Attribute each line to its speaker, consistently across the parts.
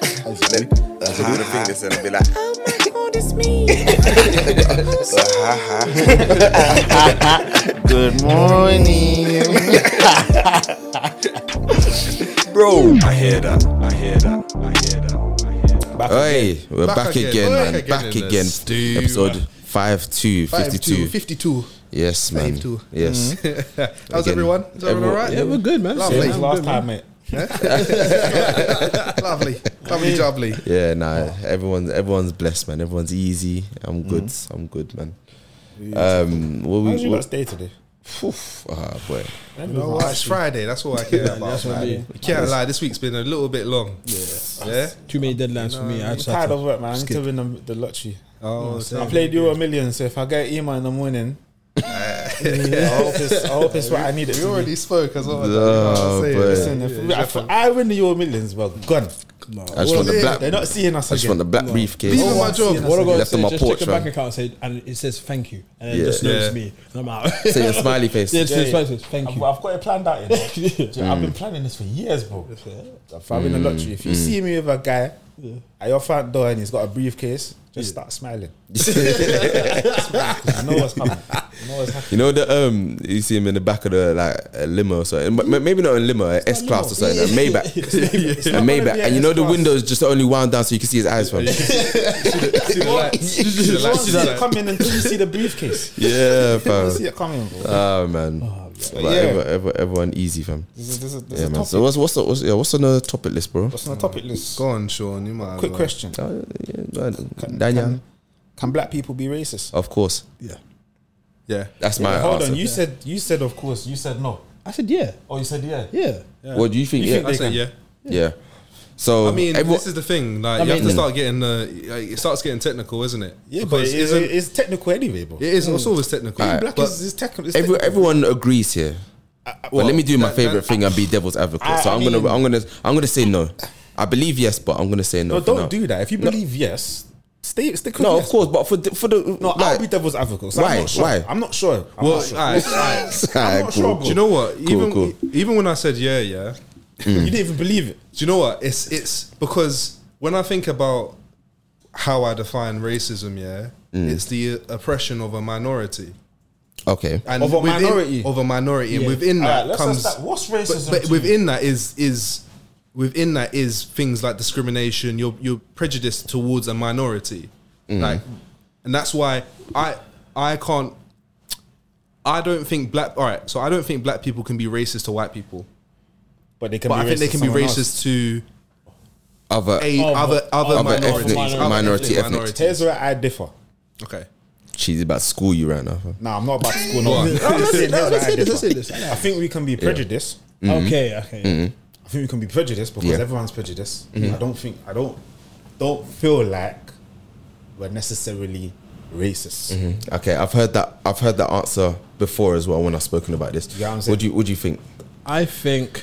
Speaker 1: that
Speaker 2: That's
Speaker 1: to do the
Speaker 2: hot.
Speaker 1: fingers and be like,
Speaker 3: Oh my god, it's me.
Speaker 2: Good morning.
Speaker 1: bro, I hear that, I hear that, I hear that, I hear that.
Speaker 2: Hey, we're back, again, man.
Speaker 4: Back
Speaker 2: back
Speaker 4: again in the
Speaker 2: again.
Speaker 4: stew.
Speaker 2: Episode 52, 52.
Speaker 4: 52. 52.
Speaker 2: Yes, man.
Speaker 4: 52.
Speaker 2: Yes.
Speaker 4: How's
Speaker 2: Again.
Speaker 4: everyone? Is everyone all
Speaker 2: Everyone-
Speaker 4: right?
Speaker 5: Yeah, we're good, man.
Speaker 4: Lovely.
Speaker 5: Same as last time, mate.
Speaker 4: lovely. Lovely, jubbly.
Speaker 2: Yeah, nah. Everyone's everyone's blessed, man. Everyone's easy. I'm good. I'm good, man. Um, what
Speaker 5: How's
Speaker 2: we?
Speaker 5: you lot
Speaker 2: What,
Speaker 5: stay today?
Speaker 2: oof, ah, boy.
Speaker 4: You know what? Oh, It's Friday. That's all I care about.
Speaker 5: that's what I
Speaker 4: man.
Speaker 5: mean.
Speaker 4: I Can't lie. This week's been a little bit long. Yeah.
Speaker 6: Too many deadlines for me. I
Speaker 5: I'm
Speaker 6: just
Speaker 5: tired
Speaker 6: had
Speaker 5: of
Speaker 6: to.
Speaker 5: work, man. I need to win the, the lottery.
Speaker 4: Oh,
Speaker 5: I played Euro Million, so if I get email in the morning, I hope it's, I hope it's what I need it to
Speaker 4: we
Speaker 5: be.
Speaker 4: already spoke as well.
Speaker 2: Oh,
Speaker 4: I
Speaker 2: boy.
Speaker 4: was saying.
Speaker 5: Listen, if we- if I win the Euro Millions, we're gone.
Speaker 2: I just want the
Speaker 4: yeah,
Speaker 2: black.
Speaker 5: They're not seeing us
Speaker 2: I just want the
Speaker 5: again.
Speaker 2: black briefcase.
Speaker 4: Leave my job.
Speaker 6: What I got
Speaker 2: Left
Speaker 6: to
Speaker 2: on my
Speaker 6: say, just
Speaker 2: porch,
Speaker 6: check your bank
Speaker 2: man.
Speaker 6: account say, and it says thank you. And then
Speaker 2: Yeah.
Speaker 6: it just knows
Speaker 4: Yeah.
Speaker 6: me. And I'm out.
Speaker 2: Say a smiley face.
Speaker 6: Yeah, it says,
Speaker 5: Yeah.
Speaker 6: it says, thank
Speaker 5: I've,
Speaker 6: you.
Speaker 5: I've got it planned out. You know? I've
Speaker 2: Mm.
Speaker 5: been planning this for years, bro. If I win the lottery, if you see me with a guy at your front door and he's got a briefcase, just start smiling. I know what's coming. I know what's happening.
Speaker 2: You know the um, you see him in the back of the like a limo or something. M- m- Maybe not a limo, an S class or something, a Maybach, a
Speaker 5: not gonna
Speaker 2: Maybach.
Speaker 5: be a
Speaker 2: And you know the
Speaker 5: S-Class.
Speaker 2: windows just only wound down so you can see his eyes from.
Speaker 5: You won't see it
Speaker 4: Relax.
Speaker 5: coming until you see the briefcase.
Speaker 2: yeah,
Speaker 5: You
Speaker 2: fam.
Speaker 5: see it coming, bro.
Speaker 2: Ah man, but
Speaker 5: Oh, yeah.
Speaker 2: everyone, everyone, everyone easy, fam.
Speaker 5: This is, this is, this
Speaker 2: Yeah,
Speaker 5: is
Speaker 2: man.
Speaker 5: topic.
Speaker 2: So what's what's the, what's, yeah, what's on the topic list, bro?
Speaker 5: what's on the topic list?
Speaker 4: Go on, Sean. You might. as
Speaker 5: Quick
Speaker 4: well.
Speaker 5: question.
Speaker 2: Uh, yeah, no, Daniel,
Speaker 5: Can black people be racist?
Speaker 2: of course.
Speaker 4: Yeah.
Speaker 2: That's my
Speaker 5: Hold
Speaker 2: answer.
Speaker 5: on, you said you said of course, you said no.
Speaker 6: I said, yeah.
Speaker 5: Oh, you said yeah.
Speaker 6: Yeah.
Speaker 2: What do you think?
Speaker 5: You
Speaker 2: yeah,
Speaker 5: think
Speaker 4: I said yeah.
Speaker 2: yeah. So
Speaker 4: I mean,
Speaker 2: everyone-
Speaker 4: this is the thing. Like,
Speaker 6: I
Speaker 4: you have
Speaker 6: mean-
Speaker 4: to start getting the. Like, it starts getting technical, isn't it?
Speaker 5: Yeah, but
Speaker 4: Because
Speaker 5: it, Mm.
Speaker 4: it isn't.
Speaker 5: it's technical anyway, bro.
Speaker 4: It is. It's always technical.
Speaker 2: Alright.
Speaker 4: Black
Speaker 5: Black
Speaker 4: but
Speaker 5: is, is technical. It's
Speaker 2: Every, everyone agrees here.
Speaker 5: Uh,
Speaker 2: but let me do my
Speaker 4: that-
Speaker 2: favorite thing and be devil's advocate.
Speaker 5: I-
Speaker 2: so
Speaker 5: I
Speaker 2: I'm gonna,
Speaker 5: mean-
Speaker 2: I'm gonna, I'm gonna say no. I believe yes, but I'm gonna say no.
Speaker 5: No,
Speaker 2: for
Speaker 5: don't
Speaker 2: now.
Speaker 5: do that. If you believe yes, stay stick with
Speaker 2: No,
Speaker 5: yes.
Speaker 2: of course, but for the, for the
Speaker 5: No, I'll
Speaker 2: like,
Speaker 5: be devil's advocate. So
Speaker 2: Why?
Speaker 5: I'm not sure.
Speaker 2: Why?
Speaker 5: I'm not sure. I'm
Speaker 4: well,
Speaker 5: not sure.
Speaker 4: alright, alright.
Speaker 2: Alright,
Speaker 5: I'm not sure,
Speaker 4: Do
Speaker 5: bro.
Speaker 4: you know what? Even
Speaker 2: cool.
Speaker 4: even when I said yeah, yeah.
Speaker 5: You didn't even believe it.
Speaker 4: Do you know what? It's it's because when I think about how I define racism, yeah,
Speaker 2: Mm.
Speaker 4: it's the oppression of a minority
Speaker 2: Okay,
Speaker 4: and
Speaker 5: Of a minority?
Speaker 4: of a minority, and within
Speaker 5: All right,
Speaker 4: that
Speaker 5: let's
Speaker 4: comes
Speaker 5: ask that. What's
Speaker 4: but,
Speaker 5: racism?
Speaker 4: but
Speaker 5: to you?
Speaker 4: within that is is within that is things like discrimination. You're you're prejudiced towards a minority,
Speaker 2: Mm.
Speaker 4: like, and that's why I I can't. I don't think black. All right, so I don't think black people can be racist to white people,
Speaker 5: but they can
Speaker 4: but
Speaker 5: be
Speaker 4: I think
Speaker 5: racist
Speaker 4: they can be
Speaker 5: to someone
Speaker 4: racist
Speaker 5: else.
Speaker 4: to
Speaker 2: other
Speaker 4: a other other,
Speaker 2: Oh, other
Speaker 4: minorities,
Speaker 2: ethnic-
Speaker 4: other
Speaker 2: minority ethnic.
Speaker 5: Here's where I differ.
Speaker 4: Okay,
Speaker 2: she's about to school you right now.
Speaker 5: Nah, I'm not about to school. No, I'm just saying, here's where I differ. I think we can be prejudiced.
Speaker 2: Mm-hmm.
Speaker 6: Okay, okay.
Speaker 5: I think we can be prejudiced because
Speaker 2: Yeah.
Speaker 5: everyone's prejudiced. I don't think I don't don't feel like we're necessarily racist.
Speaker 2: Okay, I've heard that. I've heard that answer before as well when I've spoken about this.
Speaker 5: get what I'm
Speaker 2: what
Speaker 5: saying?
Speaker 2: do you What do you think?
Speaker 6: I think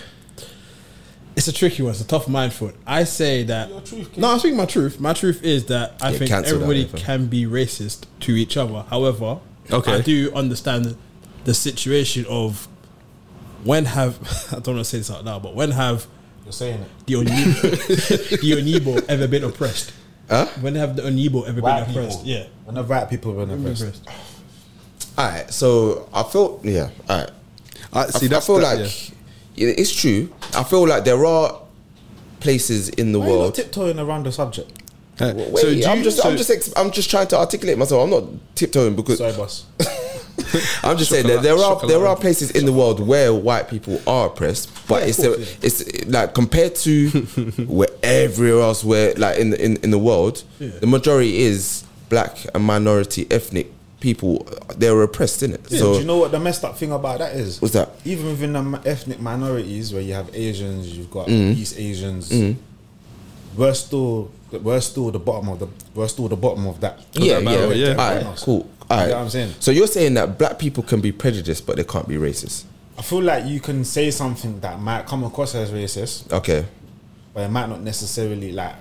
Speaker 6: it's a tricky one. It's a tough mind for it. I say that.
Speaker 5: truth,
Speaker 6: no, I'm speaking my truth. My truth is that I
Speaker 2: Yeah,
Speaker 6: think
Speaker 2: cancel that,
Speaker 6: everybody
Speaker 2: yeah, fam.
Speaker 6: can be racist to each other. However,
Speaker 4: Okay.
Speaker 6: I do understand the situation of when have I don't want to say this out loud, but when have
Speaker 5: You're saying it.
Speaker 6: the Onibo, the Onibo ever been oppressed? Huh? When have the Onibo ever
Speaker 5: White
Speaker 6: been oppressed?
Speaker 5: people.
Speaker 6: Yeah.
Speaker 5: When the white people were oppressed.
Speaker 6: Oppressed.
Speaker 2: All right, so I feel yeah. All right,
Speaker 4: I,
Speaker 2: I, I feel like yeah, it's true. I feel like there are places in the
Speaker 5: Why are you not
Speaker 2: world.
Speaker 5: tiptoeing around the subject?
Speaker 2: Wait,
Speaker 4: do
Speaker 2: I'm
Speaker 4: you-
Speaker 2: just,
Speaker 4: so-
Speaker 2: I'm just, ex- I'm just trying to articulate myself. I'm not tiptoeing because
Speaker 5: Sorry, boss.
Speaker 2: I'm just saying that there are
Speaker 4: Chocolate.
Speaker 2: there are places in the world where white people are oppressed, but it's the, it's like compared to where everywhere else where like in the, in in the world, the majority is black and minority ethnic people. They're oppressed, in it. so
Speaker 5: Do you know what the messed up thing about that is?
Speaker 2: What's that?
Speaker 5: Even within the mi- ethnic minorities, where you have Asians, you've got
Speaker 2: Mm.
Speaker 5: East Asians, we're still we're still the bottom of the we're still the bottom of that.
Speaker 2: yeah,
Speaker 4: matter,
Speaker 2: yeah,
Speaker 4: yeah.
Speaker 2: All right, cool. All right.
Speaker 5: what I'm saying?
Speaker 2: So you're saying that black people can be prejudiced, but they can't be racist.
Speaker 5: I feel like you can say something that might come across as racist,
Speaker 2: Okay.
Speaker 5: but it might not necessarily like.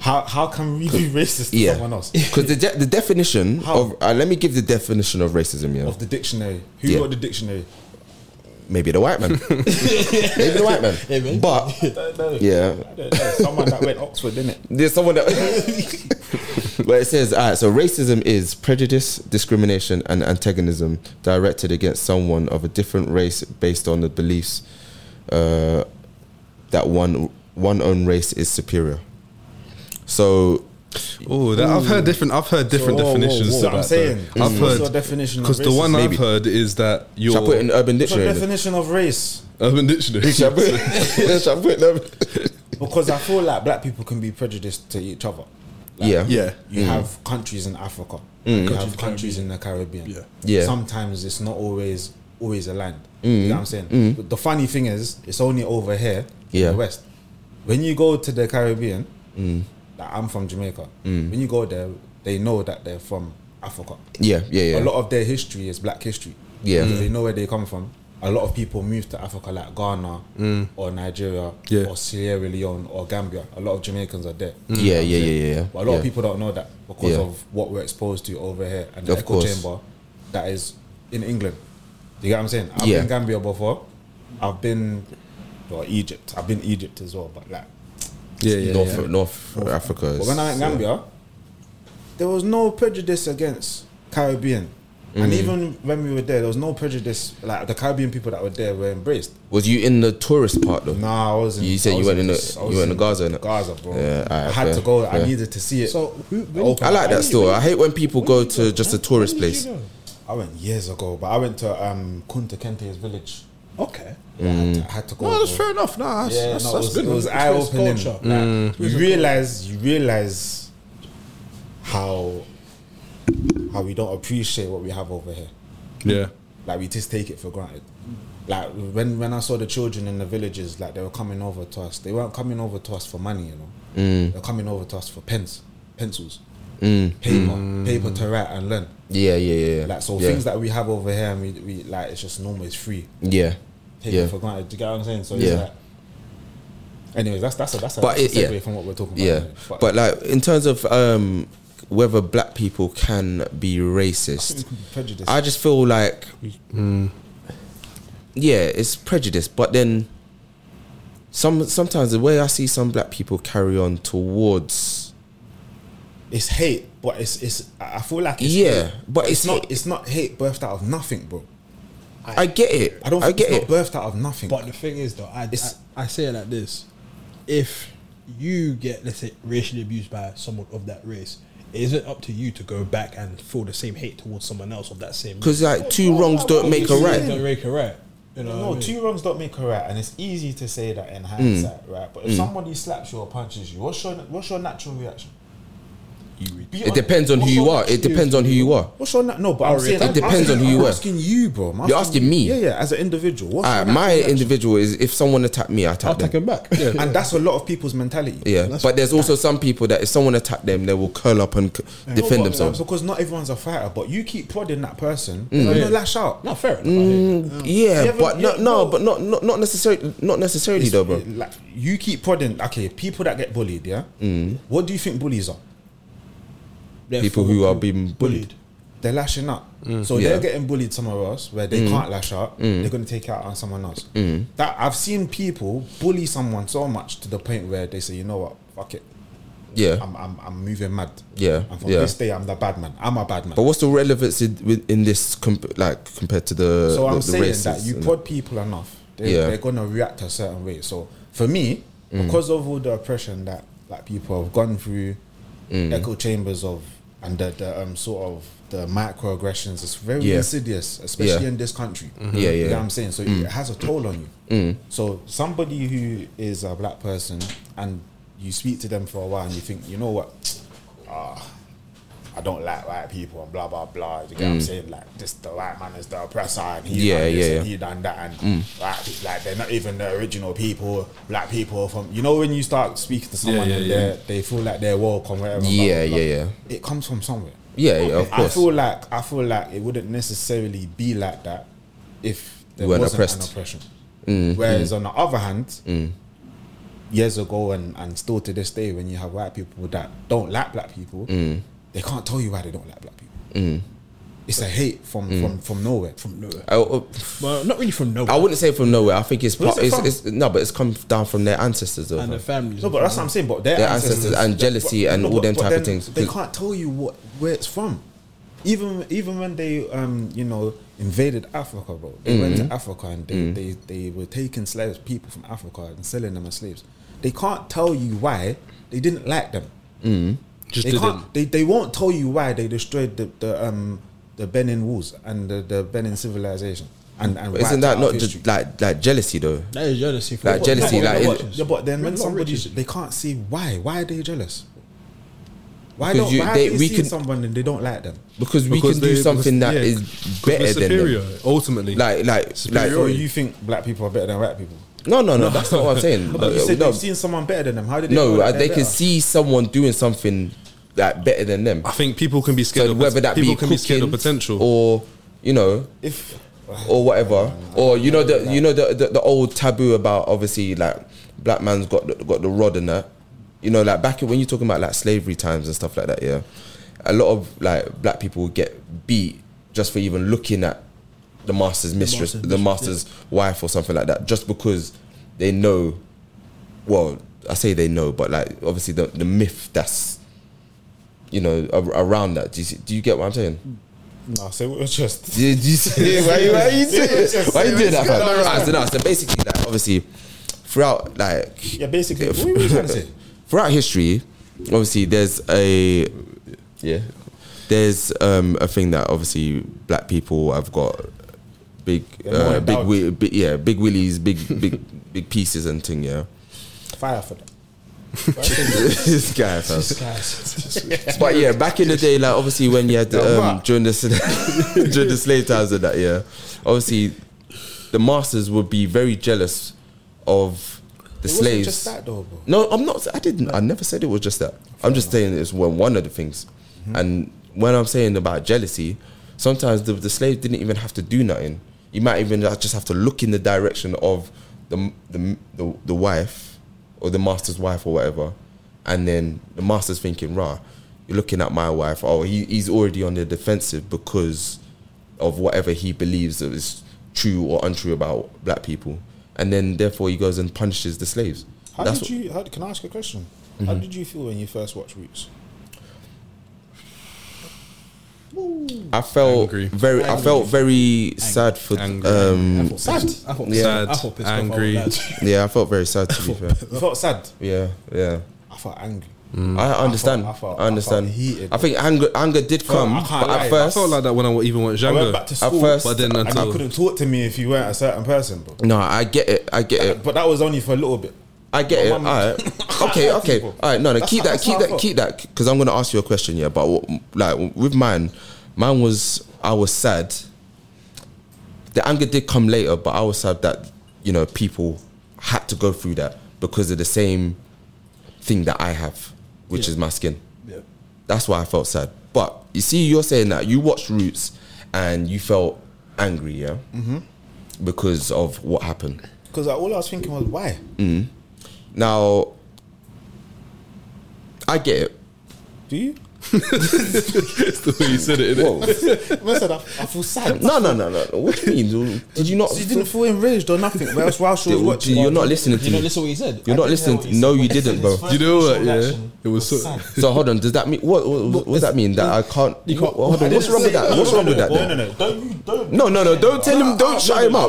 Speaker 5: How how can we be racist to
Speaker 2: Yeah.
Speaker 5: someone else?
Speaker 2: Because the de- the definition
Speaker 5: How?
Speaker 2: of uh, let me give the definition of racism. Yeah.
Speaker 5: Of the dictionary, who
Speaker 2: Yeah.
Speaker 5: wrote the dictionary?
Speaker 2: maybe the white man, maybe the white man.
Speaker 6: Yeah, maybe.
Speaker 2: But
Speaker 5: Don't know.
Speaker 2: yeah,
Speaker 5: I don't know. Someone that went Oxford, didn't it?
Speaker 2: there's someone that. but it says, all right, so racism is prejudice, discrimination, and antagonism directed against someone of a different race based on the beliefs uh, that one one own race is superior. So
Speaker 7: Oh, that, I've heard different. I've heard different
Speaker 5: Whoa, whoa,
Speaker 7: definitions.
Speaker 5: whoa.
Speaker 7: to
Speaker 5: That's what I'm
Speaker 7: that, though.
Speaker 5: saying.
Speaker 7: I've
Speaker 5: Mm.
Speaker 7: heard
Speaker 5: What's your definition of
Speaker 7: because the one
Speaker 5: racism?
Speaker 7: I've heard is that your
Speaker 2: should I put it in Urban
Speaker 5: What's your
Speaker 2: Dictionary? then?
Speaker 5: definition of race?
Speaker 7: Urban Dictionary.
Speaker 2: Should I put it- should I put it in Urban-
Speaker 5: Because I feel like black people can be prejudiced to each other. Like,
Speaker 2: Yeah,
Speaker 7: yeah,
Speaker 5: You have countries in Africa. You have Mm. countries in the Caribbean.
Speaker 6: Yeah.
Speaker 2: Yeah.
Speaker 5: Sometimes it's not always always aligned. You know what I'm saying? But the funny thing is, it's only over here
Speaker 2: Yeah.
Speaker 5: in the West. When you go to the Caribbean, Mm. like I'm from Jamaica. When you go there, they know that they're from Africa.
Speaker 2: yeah, yeah, yeah.
Speaker 5: A lot of their history is black history.
Speaker 2: Yeah. Mm.
Speaker 5: Because They know where they come from. A lot of people move to Africa, like Ghana
Speaker 2: Mm.
Speaker 5: or Nigeria
Speaker 7: Yeah.
Speaker 5: or Sierra Leone or Gambia. A lot of Jamaicans are there.
Speaker 2: Mm. yeah, yeah, yeah, yeah, yeah.
Speaker 5: But a lot
Speaker 2: yeah.
Speaker 5: of people don't know that because
Speaker 2: Yeah.
Speaker 5: of what we're exposed to over here and the
Speaker 2: Of
Speaker 5: echo
Speaker 2: course.
Speaker 5: chamber that is in England. You get what I'm saying? I've
Speaker 2: Yeah.
Speaker 5: been Gambia before. I've been well, Egypt. I've been Egypt as well, but like
Speaker 7: yeah, yeah.
Speaker 2: North,
Speaker 7: yeah.
Speaker 2: North Africa. Is,
Speaker 5: but when I went
Speaker 2: uh,
Speaker 5: Gambia, there was no prejudice against Caribbean. And
Speaker 2: Mm.
Speaker 5: even when we were there, there was no prejudice. Like the Caribbean people that were there were embraced.
Speaker 2: was you in the tourist part though?
Speaker 5: Nah, I wasn't.
Speaker 2: You said
Speaker 5: I
Speaker 2: you
Speaker 5: was
Speaker 2: went in the-
Speaker 5: this- I
Speaker 2: you
Speaker 5: was
Speaker 2: went in Gaza, innit?
Speaker 5: Gaza, bro.
Speaker 2: Yeah, alright,
Speaker 5: I had
Speaker 2: fair,
Speaker 5: to go.
Speaker 2: fair.
Speaker 5: I needed to see it.
Speaker 6: So who? When,
Speaker 5: Open
Speaker 2: I like
Speaker 5: up.
Speaker 2: that still. I hate when people go Oh, to just a tourist
Speaker 6: when did
Speaker 2: place.
Speaker 6: you know?
Speaker 5: I went years ago, but I went to um, Kunta Kente's village.
Speaker 6: Okay.
Speaker 2: Oh,
Speaker 5: Yeah, I,
Speaker 2: Mm.
Speaker 5: had to, I had to go.
Speaker 6: No, that's
Speaker 5: bro.
Speaker 6: fair enough. Nah, that's,
Speaker 5: Yeah,
Speaker 6: that's,
Speaker 5: no,
Speaker 6: that's
Speaker 5: it was,
Speaker 6: good.
Speaker 5: It was
Speaker 6: man.
Speaker 5: eye
Speaker 6: Experience
Speaker 5: opening.
Speaker 6: culture.
Speaker 2: Mm.
Speaker 5: you realize, you realize how how we don't appreciate what we have over here.
Speaker 7: yeah.
Speaker 5: Like we just take it for granted. Like when when I saw the children in the villages, like they were coming over to us. They weren't coming over to us for money, you know.
Speaker 2: Mm.
Speaker 5: They're coming over to us for pens, pencils, paper, paper to write and learn.
Speaker 2: Yeah, yeah, yeah. yeah.
Speaker 5: Like so,
Speaker 2: Mm. yeah.
Speaker 5: things that we have over here, and we, we like it's just normal, it's free.
Speaker 2: yeah,
Speaker 5: Take
Speaker 2: yeah,
Speaker 5: it for granted. Do you get what I'm saying? So
Speaker 2: Yeah.
Speaker 5: it's like. Anyways, that's that's a that's a,
Speaker 2: But
Speaker 5: that's a
Speaker 2: it-
Speaker 5: segue
Speaker 2: yeah.
Speaker 5: from what we're talking about.
Speaker 2: yeah.
Speaker 5: anyway.
Speaker 2: But, like in terms of um, whether black people can be racist,
Speaker 5: prejudice.
Speaker 2: I just feel like,
Speaker 5: Mm.
Speaker 2: yeah, it's prejudice. But then, some sometimes the way I see some black people carry on towards,
Speaker 5: it's hate, but it's it's. I I feel like it's
Speaker 2: Yeah,
Speaker 5: hate,
Speaker 2: but it's
Speaker 5: it's not
Speaker 2: hate.
Speaker 5: it's not hate birthed out of nothing, bro.
Speaker 2: I get it.
Speaker 5: I don't.
Speaker 2: I
Speaker 5: Think
Speaker 2: get
Speaker 5: it's
Speaker 2: it.
Speaker 5: Not birthed out of nothing.
Speaker 6: But the thing is, though, I,
Speaker 5: It's-
Speaker 6: I I say it like this: if you get, let's say, racially abused by someone of that race, is it up to you to go back and feel the same hate towards someone else of that same?
Speaker 2: Because like two wrongs don't make a
Speaker 6: Obviously,
Speaker 2: right.
Speaker 6: Don't make a right. You know
Speaker 5: no,
Speaker 2: Mm.
Speaker 6: what I mean?
Speaker 5: two wrongs don't make a right, and it's easy to say that in hindsight, right? But if
Speaker 2: Mm.
Speaker 5: somebody slaps you or punches you, what's your what's your natural reaction? Be
Speaker 2: It
Speaker 5: honest.
Speaker 2: depends on who
Speaker 5: What's
Speaker 2: you
Speaker 5: your
Speaker 2: are. It
Speaker 5: reaction?
Speaker 2: depends on who you are.
Speaker 5: What's your na- no? But I'm saying
Speaker 2: It
Speaker 5: I'm
Speaker 2: depends
Speaker 5: asking-
Speaker 2: on who you
Speaker 5: I'm
Speaker 2: are.
Speaker 5: Asking you, bro. I'm
Speaker 2: You're asking me?
Speaker 5: Yeah, yeah. As an individual, what's
Speaker 2: Alright,
Speaker 5: your
Speaker 2: my
Speaker 5: natural reaction?
Speaker 2: individual is if someone attacked me, I attack
Speaker 6: I'll
Speaker 2: them.
Speaker 6: take him back. Yeah.
Speaker 5: and that's a lot of people's mentality.
Speaker 2: Yeah, but there's also some people that if someone attack them, they will curl up and c-
Speaker 5: No,
Speaker 2: defend
Speaker 5: but-
Speaker 2: themselves. Mm.
Speaker 5: because not everyone's a fighter. But you keep prodding that person, they're gonna lash out.
Speaker 6: Not fair enough. I hear you.
Speaker 2: yeah,
Speaker 5: Yeah,
Speaker 2: but
Speaker 5: but-
Speaker 2: no,
Speaker 5: yeah,
Speaker 2: no,
Speaker 5: no.
Speaker 2: but not not not necessarily not necessarily
Speaker 5: It's-
Speaker 2: though, bro.
Speaker 5: Like you keep prodding. Okay, people that get bullied. Yeah.
Speaker 2: Mm.
Speaker 5: What do you think bullies are?
Speaker 6: They're
Speaker 2: People
Speaker 6: full-
Speaker 2: who are being bullied.
Speaker 5: They're lashing out. So
Speaker 2: Mm. Yeah. Mm.
Speaker 5: they're getting bullied somewhere else where they can't lash out. They're going to take it out on someone else. That I've seen people bully someone so much to the point where they say, you know what, fuck it,
Speaker 2: Yeah,
Speaker 5: I'm I'm, I'm moving mad.
Speaker 2: Yeah,
Speaker 5: And from
Speaker 2: yeah.
Speaker 5: this day, I'm the bad man. I'm a bad man.
Speaker 2: but what's the relevance in, with- in this comp- like compared to the?
Speaker 5: so
Speaker 2: the,
Speaker 5: I'm
Speaker 2: the
Speaker 5: saying
Speaker 2: races
Speaker 5: that you
Speaker 2: and-
Speaker 5: prod people enough, they,
Speaker 2: Yeah. Mm.
Speaker 5: they're gonna react a certain way. So for me, because of all the oppression that like people have gone through,
Speaker 2: Mm.
Speaker 5: echo chambers of and the, the um sort of the microaggressions, it's very
Speaker 2: Yeah.
Speaker 5: insidious, especially
Speaker 2: Yeah.
Speaker 5: in this country.
Speaker 2: Yeah,
Speaker 5: You
Speaker 2: yeah. Mm.
Speaker 5: know what I'm saying? So it has a toll on you. So somebody who is a black person and you speak to them for a while and you think, you know what? I don't like white people and blah blah blah. You get what I'm saying? Like this the white man is the oppressor and he
Speaker 2: Mm. Yeah,
Speaker 5: done this
Speaker 2: yeah,
Speaker 5: and
Speaker 2: yeah. Mm.
Speaker 5: he done that and white people, like they're not even the original people, black people from you know when you start speaking to someone
Speaker 7: yeah,
Speaker 5: and
Speaker 7: yeah.
Speaker 5: they're they feel like they're welcome, whatever. blah,
Speaker 2: Yeah,
Speaker 5: blah, blah.
Speaker 2: yeah,
Speaker 5: It comes from somewhere.
Speaker 2: Yeah, yeah, of
Speaker 5: I
Speaker 2: course.
Speaker 5: feel like I feel like it wouldn't necessarily be like that if there
Speaker 2: You weren't
Speaker 5: wasn't an
Speaker 2: oppressed. Mm,
Speaker 5: oppression. Whereas on the other hand, years ago and, and still to this day, when you
Speaker 2: Mm.
Speaker 5: have white people that don't like black people, they can't tell you why they don't like black people. It's a hate from
Speaker 2: Mm.
Speaker 5: from from nowhere.
Speaker 6: from nowhere.
Speaker 2: I, uh,
Speaker 6: Well, not really from nowhere.
Speaker 2: I wouldn't say from nowhere. I think it's,
Speaker 5: Where's
Speaker 2: part,
Speaker 5: it
Speaker 2: it's,
Speaker 5: from?
Speaker 2: it's no, but it's come down from their ancestors. Though,
Speaker 6: and the
Speaker 2: fam.
Speaker 6: families.
Speaker 5: No, but that's what I'm saying. But their,
Speaker 2: Their ancestors and
Speaker 5: but-
Speaker 2: jealousy and all them
Speaker 5: but
Speaker 2: type of
Speaker 5: then
Speaker 2: things.
Speaker 5: They can't tell you what where it's from. Even even when they um you know invaded Africa, bro, they went
Speaker 2: Mm-hmm.
Speaker 5: to Africa and they,
Speaker 2: Mm.
Speaker 5: they they were taking slaves, people from Africa, and selling them as slaves. They can't tell you why they didn't like them.
Speaker 7: Just
Speaker 5: They
Speaker 7: didn't.
Speaker 5: can't. They, they won't tell you why they destroyed the the um the Benin walls and the, the Benin civilization. And, and
Speaker 2: But isn't
Speaker 5: wiped out
Speaker 2: that
Speaker 5: of
Speaker 2: not
Speaker 5: history.
Speaker 2: just like like jealousy though?
Speaker 6: that is jealousy. For
Speaker 2: Like
Speaker 6: what?
Speaker 2: jealousy,
Speaker 6: Yeah,
Speaker 2: like,
Speaker 6: but-
Speaker 2: it-
Speaker 5: Yeah, but then when
Speaker 6: Not
Speaker 5: somebody
Speaker 6: riches.
Speaker 5: they can't see why. Why are they jealous? Why
Speaker 2: Because
Speaker 5: don't
Speaker 2: you-
Speaker 5: why
Speaker 2: they-
Speaker 5: have they
Speaker 2: we
Speaker 5: seen
Speaker 2: can-
Speaker 5: someone and they don't like them?
Speaker 2: Because we
Speaker 7: Because
Speaker 2: can do
Speaker 7: they-
Speaker 2: something
Speaker 7: because-
Speaker 2: that
Speaker 7: yeah,
Speaker 2: is
Speaker 7: We're
Speaker 2: better than
Speaker 7: superior,
Speaker 2: them.
Speaker 7: ultimately.
Speaker 2: Like like like.
Speaker 5: Or you think black people are better than white people?
Speaker 2: No, no, no. That's not what I'm saying.
Speaker 5: But you
Speaker 2: Uh,
Speaker 5: said
Speaker 2: no,
Speaker 5: you've seen someone better than them. How did they?
Speaker 2: no,
Speaker 5: know
Speaker 2: uh,
Speaker 5: that
Speaker 2: they
Speaker 5: they're
Speaker 2: can
Speaker 5: better?
Speaker 2: see someone doing something like better than them.
Speaker 7: I think people can be scared
Speaker 2: So
Speaker 7: of
Speaker 2: whether that
Speaker 7: Ah, people
Speaker 2: be
Speaker 7: can be scared of
Speaker 2: cooking
Speaker 7: potential.
Speaker 2: or you know
Speaker 5: if
Speaker 2: or whatever or you know the you know the, the the old taboo about obviously like black man's got the, got the rod and that you know like back when you're talking about like slavery times and stuff like that yeah a lot of like black people would get beat just for even looking at the master's mistress
Speaker 6: master's
Speaker 2: the
Speaker 6: mistress,
Speaker 2: master's wife or something like that just because they know well I say they know but like obviously the, the myth that's you know a, around that do you, see- do you get what I'm saying
Speaker 5: no, so it was just.
Speaker 2: did you see? Why, you- why you doing? Why you doing that? fam? Alright, so, no, so basically, like obviously, throughout like
Speaker 5: Yeah, basically. What were you trying to say?
Speaker 2: throughout history, obviously there's a yeah, there's um a thing that obviously black people have got big
Speaker 5: more
Speaker 2: uh, big,
Speaker 5: endowed.
Speaker 2: wi- big yeah big willies big big big pieces and thing yeah.
Speaker 5: Fire for that.
Speaker 2: this guy, fam.
Speaker 6: Guys,
Speaker 2: But yeah, back in the day, like obviously when you had the, um,
Speaker 5: what?
Speaker 2: during the sl- during the slave times and that, yeah, obviously the masters would be very jealous of the
Speaker 5: It wasn't
Speaker 2: slaves.
Speaker 5: just that though, bro.
Speaker 2: No, I'm not. I didn't. I never said it was just that. I'm just saying it's one one of the things.
Speaker 5: Mm-hmm.
Speaker 2: And when I'm saying about jealousy, sometimes the, the slave didn't even have to do nothing. You might even just have to look in the direction of the the the, the wife or the master's wife or whatever, and then the master's thinking, "Rah, you're looking at my wife. Oh, he, he's already on the defensive because of whatever he believes that is true or untrue about black people." And then, therefore, he goes and punishes the slaves.
Speaker 5: How
Speaker 2: That's
Speaker 5: did
Speaker 2: what- Mm-hmm.
Speaker 5: you? How, can I ask a question? How did you feel when you first watched Roots?
Speaker 2: I felt
Speaker 7: Angry.
Speaker 2: very. I felt very sad for.
Speaker 7: Angry.
Speaker 2: Um,
Speaker 6: I thought pissed- I hope
Speaker 7: Sad,
Speaker 6: I hope pissed off
Speaker 7: angry.
Speaker 6: old lads.
Speaker 2: yeah, I felt very sad to be fair.
Speaker 5: You felt sad.
Speaker 2: Yeah, yeah.
Speaker 5: I felt angry.
Speaker 2: I understand. I,
Speaker 5: Mm. I felt- I
Speaker 2: understand. I,
Speaker 5: felt heated.
Speaker 2: think anger, anger did come,
Speaker 5: I can't
Speaker 2: but at
Speaker 5: lie.
Speaker 7: I
Speaker 2: first,
Speaker 7: felt like that when I even went
Speaker 5: I
Speaker 7: younger.
Speaker 5: went back to
Speaker 2: At
Speaker 5: school,
Speaker 2: first-
Speaker 7: but then
Speaker 5: and you
Speaker 7: until
Speaker 5: couldn't talk to me if you weren't a certain person, bro.
Speaker 2: no, I get it. I get it.
Speaker 5: But that was only for a little bit.
Speaker 2: I get it.
Speaker 5: But
Speaker 2: All
Speaker 5: mum-
Speaker 2: right. Okay. Okay. All right. No. No.
Speaker 5: That's
Speaker 2: Keep
Speaker 5: how-
Speaker 2: that.
Speaker 5: that's
Speaker 2: Keep
Speaker 5: how I
Speaker 2: that.
Speaker 5: felt.
Speaker 2: Keep that. Because I'm gonna ask you a question. Yeah. But what, like with mine, mine was I was sad. The anger did come later, but I was sad that you know people had to go through that because of the same thing that I have, which is my skin.
Speaker 6: Yeah.
Speaker 2: That's why I felt sad. But you see, you're saying that you watched Roots and you felt angry, yeah, mm-hmm. because of what happened.
Speaker 5: Because uh, all I was thinking was why.
Speaker 2: Now, I get it.
Speaker 5: Do you?
Speaker 7: it's the way you said it. innit?
Speaker 5: I said I, I feel sad.
Speaker 2: No, no, no, no. no. What do you mean? Did you not?
Speaker 5: So you didn't feel enraged or nothing. Whereas while she was
Speaker 2: Dude,
Speaker 5: watching,
Speaker 2: you're not listening to
Speaker 6: You know,
Speaker 2: me.
Speaker 6: listen to what he said.
Speaker 2: You're not listening. to- No, you didn't, bro.
Speaker 7: You know what? Yeah, it was so.
Speaker 2: So hold on. Does that mean what? What, what does that mean? That I can't? what- hold on. What's wrong with that? What's wrong with that?
Speaker 5: No,
Speaker 2: then?
Speaker 5: no, no. Don't you don't.
Speaker 2: No, no, no. Don't tell him. Don't shut him up.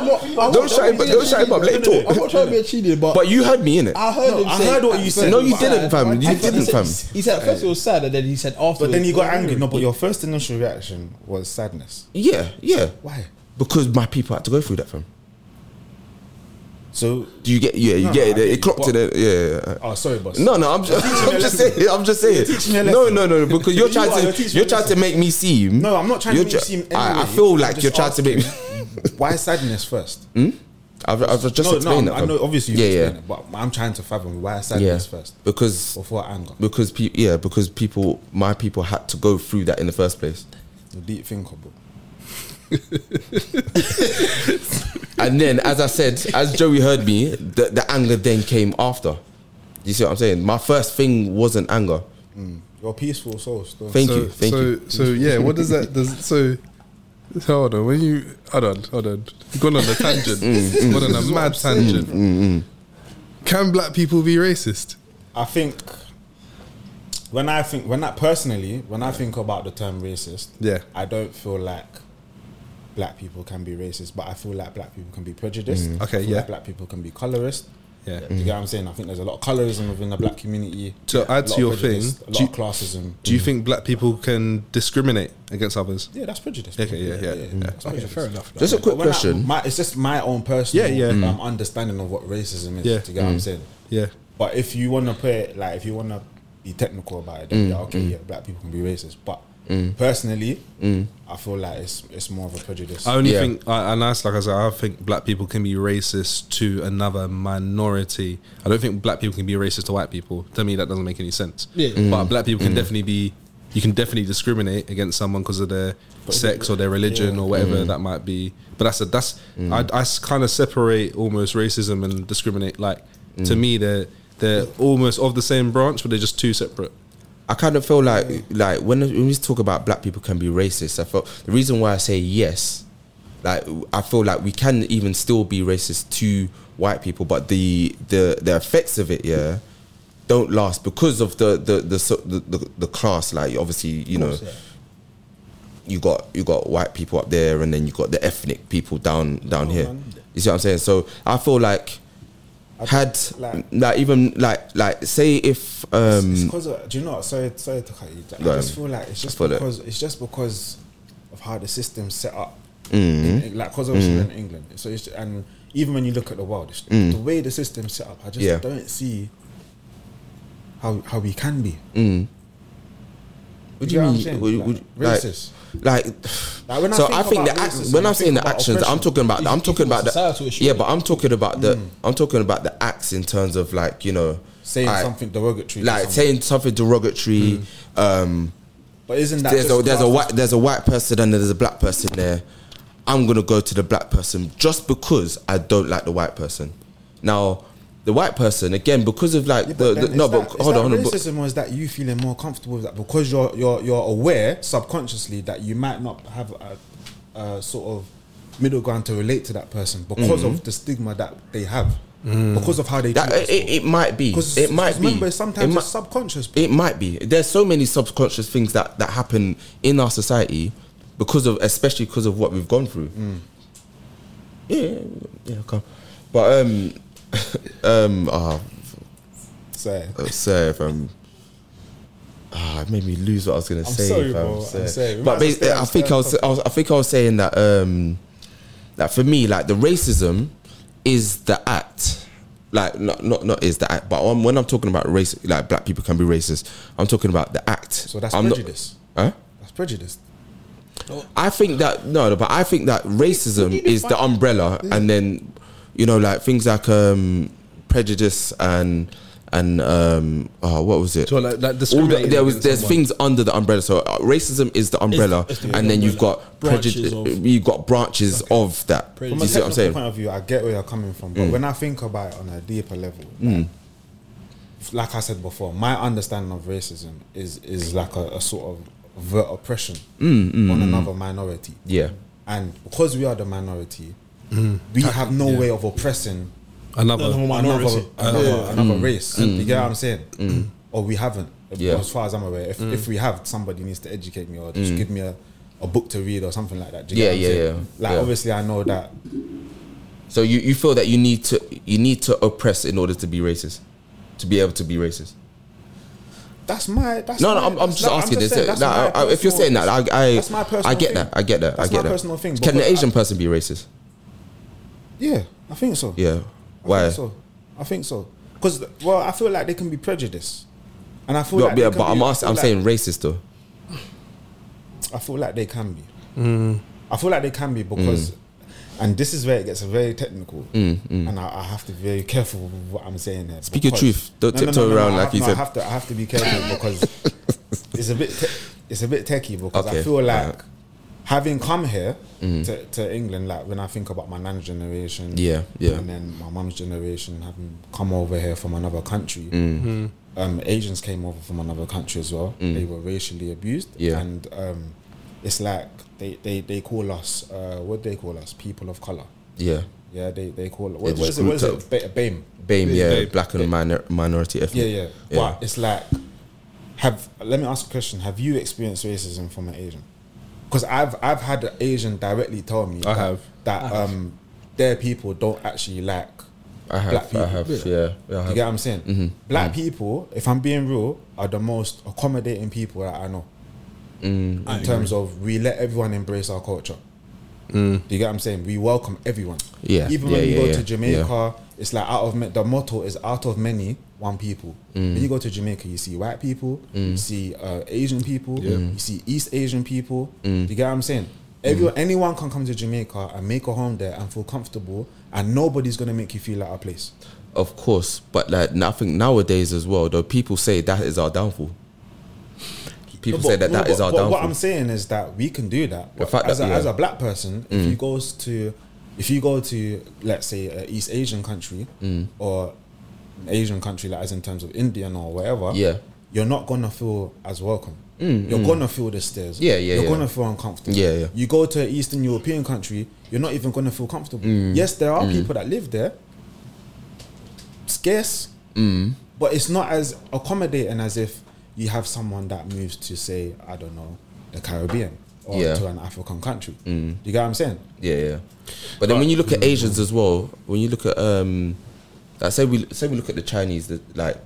Speaker 2: Don't shut him up. Don't shut him up. Let him
Speaker 6: I'm
Speaker 2: talk.
Speaker 6: not trying to Ah. be a cheater, but,
Speaker 2: But you heard me in it.
Speaker 6: I heard him
Speaker 5: I
Speaker 6: say.
Speaker 5: heard what you
Speaker 6: at
Speaker 5: said.
Speaker 6: first
Speaker 2: No,
Speaker 6: he
Speaker 2: you
Speaker 6: was
Speaker 2: didn't,
Speaker 6: sad.
Speaker 2: fam. You
Speaker 6: At first he
Speaker 2: didn't,
Speaker 6: said-
Speaker 2: fam.
Speaker 6: He said at first he was sad, and then he said after.
Speaker 5: But then you got angry. No, but your first initial reaction was sadness.
Speaker 2: Yeah, yeah.
Speaker 5: Why?
Speaker 2: Because my people had to go through that, fam.
Speaker 5: So,
Speaker 2: Do you get? Yeah, you
Speaker 5: No,
Speaker 2: get
Speaker 5: no,
Speaker 2: it.
Speaker 5: I get
Speaker 2: It
Speaker 5: you,
Speaker 2: clocked
Speaker 5: but-
Speaker 2: it. Yeah. yeah.
Speaker 5: oh, sorry, boss.
Speaker 2: No, no, I'm just, I'm just saying. I'm just saying.
Speaker 5: me a
Speaker 2: No,
Speaker 5: lesson.
Speaker 2: no, no, no, because you're
Speaker 5: You
Speaker 2: trying
Speaker 5: are, you're
Speaker 2: to
Speaker 5: teaching
Speaker 2: you're
Speaker 5: me a
Speaker 2: trying to
Speaker 5: lesson.
Speaker 2: make me seem.
Speaker 5: No, I'm not trying to
Speaker 2: you're
Speaker 5: make
Speaker 2: ju-
Speaker 5: you seem.
Speaker 2: I, I
Speaker 5: anyway.
Speaker 2: feel
Speaker 5: I'm
Speaker 2: like
Speaker 5: just
Speaker 2: you're trying to make. me
Speaker 5: asking, Why sadness first?
Speaker 2: I've, I've Mm. just
Speaker 5: no,
Speaker 2: explained
Speaker 5: no,
Speaker 2: that.
Speaker 5: I
Speaker 2: fam.
Speaker 5: know. Obviously, you
Speaker 2: yeah, yeah,
Speaker 5: explained it, but I'm trying to fathom why sadness
Speaker 2: yeah.
Speaker 5: first
Speaker 2: Because
Speaker 5: before anger.
Speaker 2: because pe- yeah because people my people had to go through that in the first place,
Speaker 5: The deep thinker, bro.
Speaker 2: and then as I said, as Joey heard me, the, the anger then came after. You see what I'm saying? My first thing wasn't anger.
Speaker 5: You're peaceful soul. Still.
Speaker 2: Thank
Speaker 7: so,
Speaker 2: you, thank
Speaker 7: so,
Speaker 2: you.
Speaker 7: so yeah, what does that? Does, so
Speaker 4: Hold on, when you hold on, hold on, You've gone on a tangent,
Speaker 2: Mm,
Speaker 4: You've gone on a mad tangent. Can black people be racist?
Speaker 5: I think when I think when I personally when I think about the term racist,
Speaker 4: Yeah.
Speaker 5: I don't feel like black people can be racist, but I feel like black people can be prejudiced. I
Speaker 4: Mm. Okay,
Speaker 5: feel
Speaker 4: yeah.
Speaker 5: like black people can be colorist.
Speaker 4: Yeah.
Speaker 5: you get what I'm saying. I think there's a lot of colorism within the black community.
Speaker 4: To
Speaker 5: a
Speaker 4: add to
Speaker 5: lot of
Speaker 4: your
Speaker 5: prejudice,
Speaker 4: thing,
Speaker 5: a lot
Speaker 4: do
Speaker 5: of classism.
Speaker 4: Do
Speaker 2: Mm.
Speaker 4: you think black people can discriminate against others?
Speaker 5: Yeah, that's prejudice.
Speaker 4: Okay, yeah, yeah, yeah.
Speaker 5: that's
Speaker 6: Okay,
Speaker 5: prejudice.
Speaker 6: fair enough.
Speaker 2: Just a
Speaker 5: But
Speaker 2: quick
Speaker 5: when I-
Speaker 2: question.
Speaker 5: my, it's just my own personal
Speaker 4: Yeah, yeah. Mm.
Speaker 5: Um, understanding of what racism is.
Speaker 4: Yeah. Mm.
Speaker 5: Do you get what I'm saying?
Speaker 4: Yeah.
Speaker 5: But if you want to put it, like, if you want to be technical about it, then
Speaker 2: Mm,
Speaker 5: yeah, okay, yeah, black people can be racist. But personally,
Speaker 2: Mm.
Speaker 5: I feel like it's it's more of a prejudice.
Speaker 4: I only
Speaker 2: Yeah.
Speaker 4: think, I- and that's like I said, I think black people can be racist to another minority. I don't think black people can be racist to white people. To me, that doesn't make any sense.
Speaker 6: Yeah. Mm.
Speaker 4: But black people can definitely be, you can definitely discriminate against someone because of their sex or their religion or whatever
Speaker 2: Mm.
Speaker 4: that might be. But that's a, that's, I, kind of separate almost racism and discriminate. Like, to
Speaker 2: Mm.
Speaker 4: me, they're, they're almost of the same branch, but they're just two separate.
Speaker 2: I kind of feel like like when when we talk about black people can be racist, I felt the reason why I say yes, like I feel like we can even still be racist to white people, but the the the effects of it, yeah, don't last because of the the the so- the, the, the class. Like obviously, you know,
Speaker 6: course, yeah.
Speaker 2: you got you got white people up there, and then you got the ethnic people down down here. You see what I'm saying? So I feel like. Had
Speaker 5: like-
Speaker 2: like, even like like say if um
Speaker 5: it's because of, do you know what? Sorry, sorry to cut you. I
Speaker 2: Go
Speaker 5: just
Speaker 2: on.
Speaker 5: feel like it's just
Speaker 2: I feel it.
Speaker 5: because it's just because of how the system's set up.
Speaker 2: Mm.
Speaker 5: In- in- like, because obviously we're in England, so it's, and even when you look at the world, it's, the way the system's set up, I just
Speaker 2: Mm. Yeah.
Speaker 5: don't see how how we can be.
Speaker 2: Mm. What
Speaker 5: You get what I'm
Speaker 2: do you
Speaker 5: saying?
Speaker 2: mean?
Speaker 5: Like,
Speaker 2: Would- would-
Speaker 5: racist.
Speaker 2: Like,
Speaker 5: Like, when I
Speaker 2: so
Speaker 5: think
Speaker 2: I think
Speaker 5: about
Speaker 2: the act-
Speaker 5: racism,
Speaker 2: when
Speaker 5: I
Speaker 2: I'm saying
Speaker 5: think
Speaker 2: the
Speaker 5: about
Speaker 2: actions, I'm
Speaker 5: oppression.
Speaker 2: talking about. the- I'm
Speaker 6: It's- it's
Speaker 2: talking
Speaker 6: more
Speaker 2: about the.
Speaker 6: societal issue,
Speaker 2: Yeah,
Speaker 6: yeah.
Speaker 2: but I'm talking about
Speaker 5: Hmm.
Speaker 2: the. I'm talking about the acts in terms of like you know
Speaker 5: Saying
Speaker 2: like-
Speaker 5: something derogatory, to
Speaker 2: like
Speaker 5: someone.
Speaker 2: saying something derogatory. Um,
Speaker 5: but isn't that
Speaker 2: there's
Speaker 5: just
Speaker 2: a there's a
Speaker 5: classism?
Speaker 2: white there's a white person and there's a black person there. I'm gonna go to the black person just because I don't like the white person. Now, the white person again because of like
Speaker 5: Yeah,
Speaker 2: the,
Speaker 5: then
Speaker 2: the no,
Speaker 5: is
Speaker 2: but
Speaker 5: that- is
Speaker 2: hold
Speaker 5: that
Speaker 2: on, hold on. but-
Speaker 5: Racism was that you feeling more comfortable with that because you're you're you're aware subconsciously that you might not have a, a sort of middle ground to relate to that person because of the stigma that they have, because of how they.
Speaker 2: Mm-hmm. Mm. That,
Speaker 5: treat us
Speaker 2: it, it, it might be.
Speaker 5: Because
Speaker 2: It might be.
Speaker 5: remember,
Speaker 2: It
Speaker 5: sometimes
Speaker 2: mi-
Speaker 5: it's subconscious. bro.
Speaker 2: It might be. There's so many subconscious things that that happen in our society because of, especially because of what we've gone through. Yeah, yeah, yeah, come. But um, um, ah,
Speaker 5: So,
Speaker 2: oh, sir, um, ah, it made me lose what I was gonna say.
Speaker 5: sorry,
Speaker 2: fam,
Speaker 5: bro.
Speaker 2: sir.
Speaker 5: I'm sorry. We might
Speaker 2: But
Speaker 5: as well
Speaker 2: basically,
Speaker 5: stay on
Speaker 2: I think I was, I was, I think I was saying that um, that for me, like the racism is the act. Like not not not is the act, but when when I'm talking about race, like black people can be racist. I'm talking about the act.
Speaker 5: so that's
Speaker 2: I'm not-
Speaker 5: prejudice.
Speaker 2: Huh?
Speaker 5: that's prejudice.
Speaker 2: I think that no, no, but I think that racism is the umbrella, and then you know, like things like um, prejudice and and um, oh, what was it?
Speaker 4: So like, like
Speaker 2: All the,
Speaker 4: discriminating
Speaker 2: there was
Speaker 4: against
Speaker 2: there's
Speaker 4: someone.
Speaker 2: things under the umbrella. So uh, racism is the umbrella,
Speaker 6: it's the
Speaker 2: and
Speaker 6: big
Speaker 2: then you've
Speaker 6: umbrella.
Speaker 2: got
Speaker 6: Branches
Speaker 2: prejudice. uh,
Speaker 6: of-
Speaker 2: You've got branches of that.
Speaker 6: Prejudice.
Speaker 2: You see what I'm saying? Mm.
Speaker 5: point of view, I get where you're coming from, but when I think about it on a deeper level, like, like I said before, my understanding of racism is is like a, a sort of overt oppression
Speaker 2: Mm,
Speaker 5: on another minority.
Speaker 2: Yeah.
Speaker 5: and because we are the minority, we have no way of oppressing
Speaker 4: Another.
Speaker 6: Another one.
Speaker 5: another
Speaker 6: Minority. Uh,
Speaker 5: another, another
Speaker 2: Mm.
Speaker 5: race. You get what I'm saying? Or we haven't,
Speaker 2: Yeah. Mm.
Speaker 5: as far as I'm aware. If, if we have, somebody needs to educate me or just give me a, a book to read or something like that. Do you
Speaker 2: Yeah,
Speaker 5: get what
Speaker 2: yeah,
Speaker 5: I'm saying?
Speaker 2: yeah.
Speaker 5: Like
Speaker 2: Yeah.
Speaker 5: obviously, I know that
Speaker 2: So you, you feel that you need to you need to oppress in order to be racist, to be able to be racist.
Speaker 5: That's my. That's
Speaker 2: No,
Speaker 5: my,
Speaker 2: no, I'm, I'm
Speaker 5: that's-
Speaker 2: just asking
Speaker 5: just
Speaker 2: this.
Speaker 5: saying, that's
Speaker 2: no,
Speaker 5: my
Speaker 2: I, I, if you're
Speaker 5: personal-
Speaker 2: saying that, I, I,
Speaker 5: that's my personal
Speaker 2: I get
Speaker 5: thing.
Speaker 2: that. I get that.
Speaker 5: That's
Speaker 2: I get
Speaker 5: my
Speaker 2: that.
Speaker 5: personal thing.
Speaker 2: Can an
Speaker 5: because
Speaker 2: Asian person be racist?
Speaker 5: I, yeah, I think so. I
Speaker 2: Yeah. Why?
Speaker 5: think so. I think so. Because well, I feel like they can be prejudiced, and I feel
Speaker 2: But,
Speaker 5: like they
Speaker 2: yeah,
Speaker 5: can
Speaker 2: but I'm
Speaker 5: be- I
Speaker 2: asking,
Speaker 5: feel
Speaker 2: I'm
Speaker 5: like-
Speaker 2: saying racist though.
Speaker 5: I feel like they can be.
Speaker 2: Mm.
Speaker 5: I feel like they can be because, and this is where it gets very technical, and I, I have to be very careful with what I'm saying here.
Speaker 2: Mm, Speak your
Speaker 5: because-
Speaker 2: truth. Don't tiptoe around
Speaker 5: I
Speaker 2: like
Speaker 5: have-
Speaker 2: you
Speaker 5: no,
Speaker 2: said.
Speaker 5: I have to. I have to be careful because it's a bit. Te- it's a bit techy because I
Speaker 2: Okay,
Speaker 5: feel like
Speaker 2: alright. Mm.
Speaker 5: having come here to, to England, like when I think about my nan's generation,
Speaker 2: Yeah, yeah.
Speaker 5: and then my mum's generation having come over here from another country.
Speaker 4: Hmm.
Speaker 5: Mm. Um, Asians came over from another country as well. They were racially abused,
Speaker 2: Yeah.
Speaker 5: and um, it's like they, they, they call us uh, what do they call us people of color.
Speaker 2: Yeah.
Speaker 5: Yeah, they they call what, what
Speaker 2: just
Speaker 5: is it? What is
Speaker 2: grouped
Speaker 5: it? Ba- BAME.
Speaker 2: BAME, yeah,
Speaker 4: BAME.
Speaker 2: black and minor, minority ethnic.
Speaker 5: Yeah, yeah, But it's like, have let me ask a question: Have you experienced racism from an Asian? Because I've I've had an Asian directly tell me
Speaker 4: I
Speaker 5: that,
Speaker 4: have.
Speaker 5: that um their people don't actually like
Speaker 2: I have,
Speaker 5: black people.
Speaker 2: I have, yeah, I
Speaker 5: You
Speaker 2: have. Mm-hmm. Mm.
Speaker 5: get what I'm saying? Black people, if I'm being real, are the most accommodating people that I know.
Speaker 2: Mm.
Speaker 5: in terms of we let everyone embrace our culture. Do you get what I'm saying? We welcome everyone.
Speaker 2: Mm. Yeah,
Speaker 5: Even
Speaker 2: yeah,
Speaker 5: when you
Speaker 2: yeah,
Speaker 5: go
Speaker 2: yeah,
Speaker 5: to Jamaica, it's like out of ma- the motto is out of many, one people.
Speaker 2: Mm.
Speaker 5: When you go to Jamaica, you see white people, you see uh, Asian people, you see East Asian people.
Speaker 2: Mm.
Speaker 5: Do you get what I'm saying? Everyone, anyone can come to Jamaica and make a home there and feel comfortable, and nobody's gonna make you feel out of place.
Speaker 2: Of course, but like I think nowadays as well, though people say that is our downfall. People
Speaker 5: No,
Speaker 2: say
Speaker 5: but-
Speaker 2: that
Speaker 5: no,
Speaker 2: that is
Speaker 5: but-
Speaker 2: our
Speaker 5: but
Speaker 2: downfall.
Speaker 5: What I'm saying is that we can do that.
Speaker 2: The fact
Speaker 5: as,
Speaker 2: that- Mm.
Speaker 5: a,
Speaker 2: yeah.
Speaker 5: as a black person, if you goes to, if you go to, let's say, an East Asian country
Speaker 2: Mm.
Speaker 5: or an Asian country, like as in terms of Indian or whatever,
Speaker 2: Yeah. Mm,
Speaker 5: you're not gonna feel as welcome. you're gonna feel the stares.
Speaker 2: Yeah, yeah,
Speaker 5: You're
Speaker 2: yeah.
Speaker 5: gonna feel uncomfortable.
Speaker 2: Yeah, yeah.
Speaker 5: You go to an Eastern European country, you're not even gonna feel comfortable.
Speaker 2: Mm.
Speaker 5: Yes, there are people that live there. Scarce but it's not as accommodating as if you have someone that moves to say I don't know the Caribbean or
Speaker 2: Yeah. Mm.
Speaker 5: to an African country. Do you get what I'm saying?
Speaker 2: yeah, yeah. But then when you look at Asians as well, when you look at um, like say we say we look at the Chinese, the, like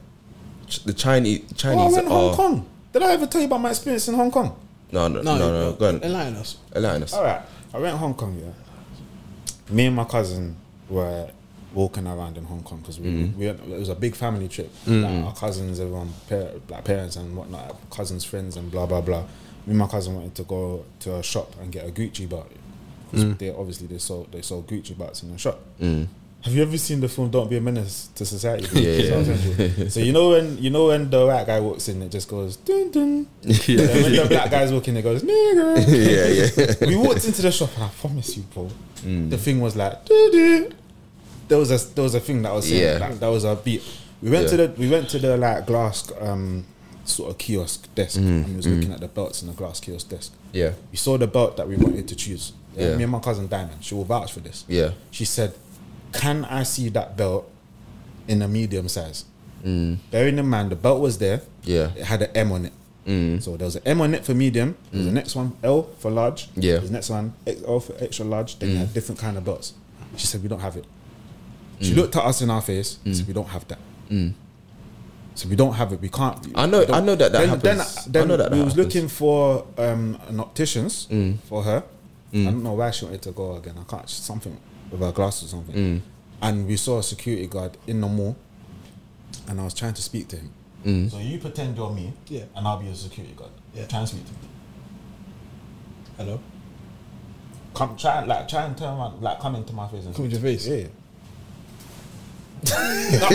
Speaker 2: ch- the Chinese
Speaker 5: Oh, I
Speaker 2: Chinese
Speaker 5: went to
Speaker 2: are
Speaker 5: Hong Kong. Did I ever tell you about my experience in Hong Kong?
Speaker 2: no no no
Speaker 6: No,
Speaker 2: no, go on
Speaker 6: Enlighten us.
Speaker 2: enlighten us.
Speaker 5: All right, I went to Hong Kong. Yeah, me and my cousin were walking around in Hong Kong because we,
Speaker 2: Mm.
Speaker 5: we it was a big family trip. Like our cousins, everyone, par- like parents and whatnot, cousins, friends, and blah blah blah. Me and my cousin wanted to go to a shop and get a Gucci belt. 'Cause
Speaker 2: Mm.
Speaker 5: They obviously they sold they sold Gucci belts in the shop. Have you ever seen the film "Don't Be a Menace to Society"?
Speaker 2: Yeah,
Speaker 5: so you know when you know when the white guy walks in, it just goes dun dun. And when the black guys walk in, it goes nigga
Speaker 2: yeah, yeah, Mm.
Speaker 5: we walked into the shop and I promise you, bro, the thing was like doo-doo. there was a there was a thing that was saying
Speaker 2: Yeah.
Speaker 5: like, that was a beat. We went to
Speaker 2: Yeah.
Speaker 5: the we went to the like glass um sort of kiosk desk
Speaker 2: Mm,
Speaker 5: and we was looking at the belts in the glass kiosk desk.
Speaker 2: yeah,
Speaker 5: We saw the belt that we wanted to choose. Yeah,
Speaker 2: Yeah.
Speaker 5: Me and my cousin Diamond, she will vouch for this.
Speaker 2: yeah.
Speaker 5: She said, Can I see that belt in a medium size? Bearing in mind, the belt was there.
Speaker 2: mm, Yeah.
Speaker 5: It had an M on it.
Speaker 2: Mm.
Speaker 5: So there was an M on it for medium. There's the next one L for large.
Speaker 2: Yeah. Mm.
Speaker 5: There's the next one XL for extra large. Then you had different kind of belts. She said, We don't have it.
Speaker 2: Mm.
Speaker 5: She looked at us in our face and said, We don't have that. So we don't have it. We can't.
Speaker 2: I know-
Speaker 5: we don't-
Speaker 2: I know that that
Speaker 5: then,
Speaker 2: happens. I
Speaker 5: Then, then
Speaker 2: know that that
Speaker 5: we was
Speaker 2: happens. Mm.
Speaker 5: looking for um, an opticians for her. I don't know why she wanted to go again. I can't. Something with her glasses or something.
Speaker 2: Mm.
Speaker 5: And we saw a security guard in the mall, and I was trying to speak to him.
Speaker 2: Mm.
Speaker 5: So you pretend you're me,
Speaker 6: Yeah.
Speaker 5: and I'll be a security guard.
Speaker 6: Yeah.
Speaker 5: Try and speak to me.
Speaker 6: Hello.
Speaker 5: Come try and like try and turn around, like come into my face and
Speaker 6: Come in your face.
Speaker 5: Yeah. no, I,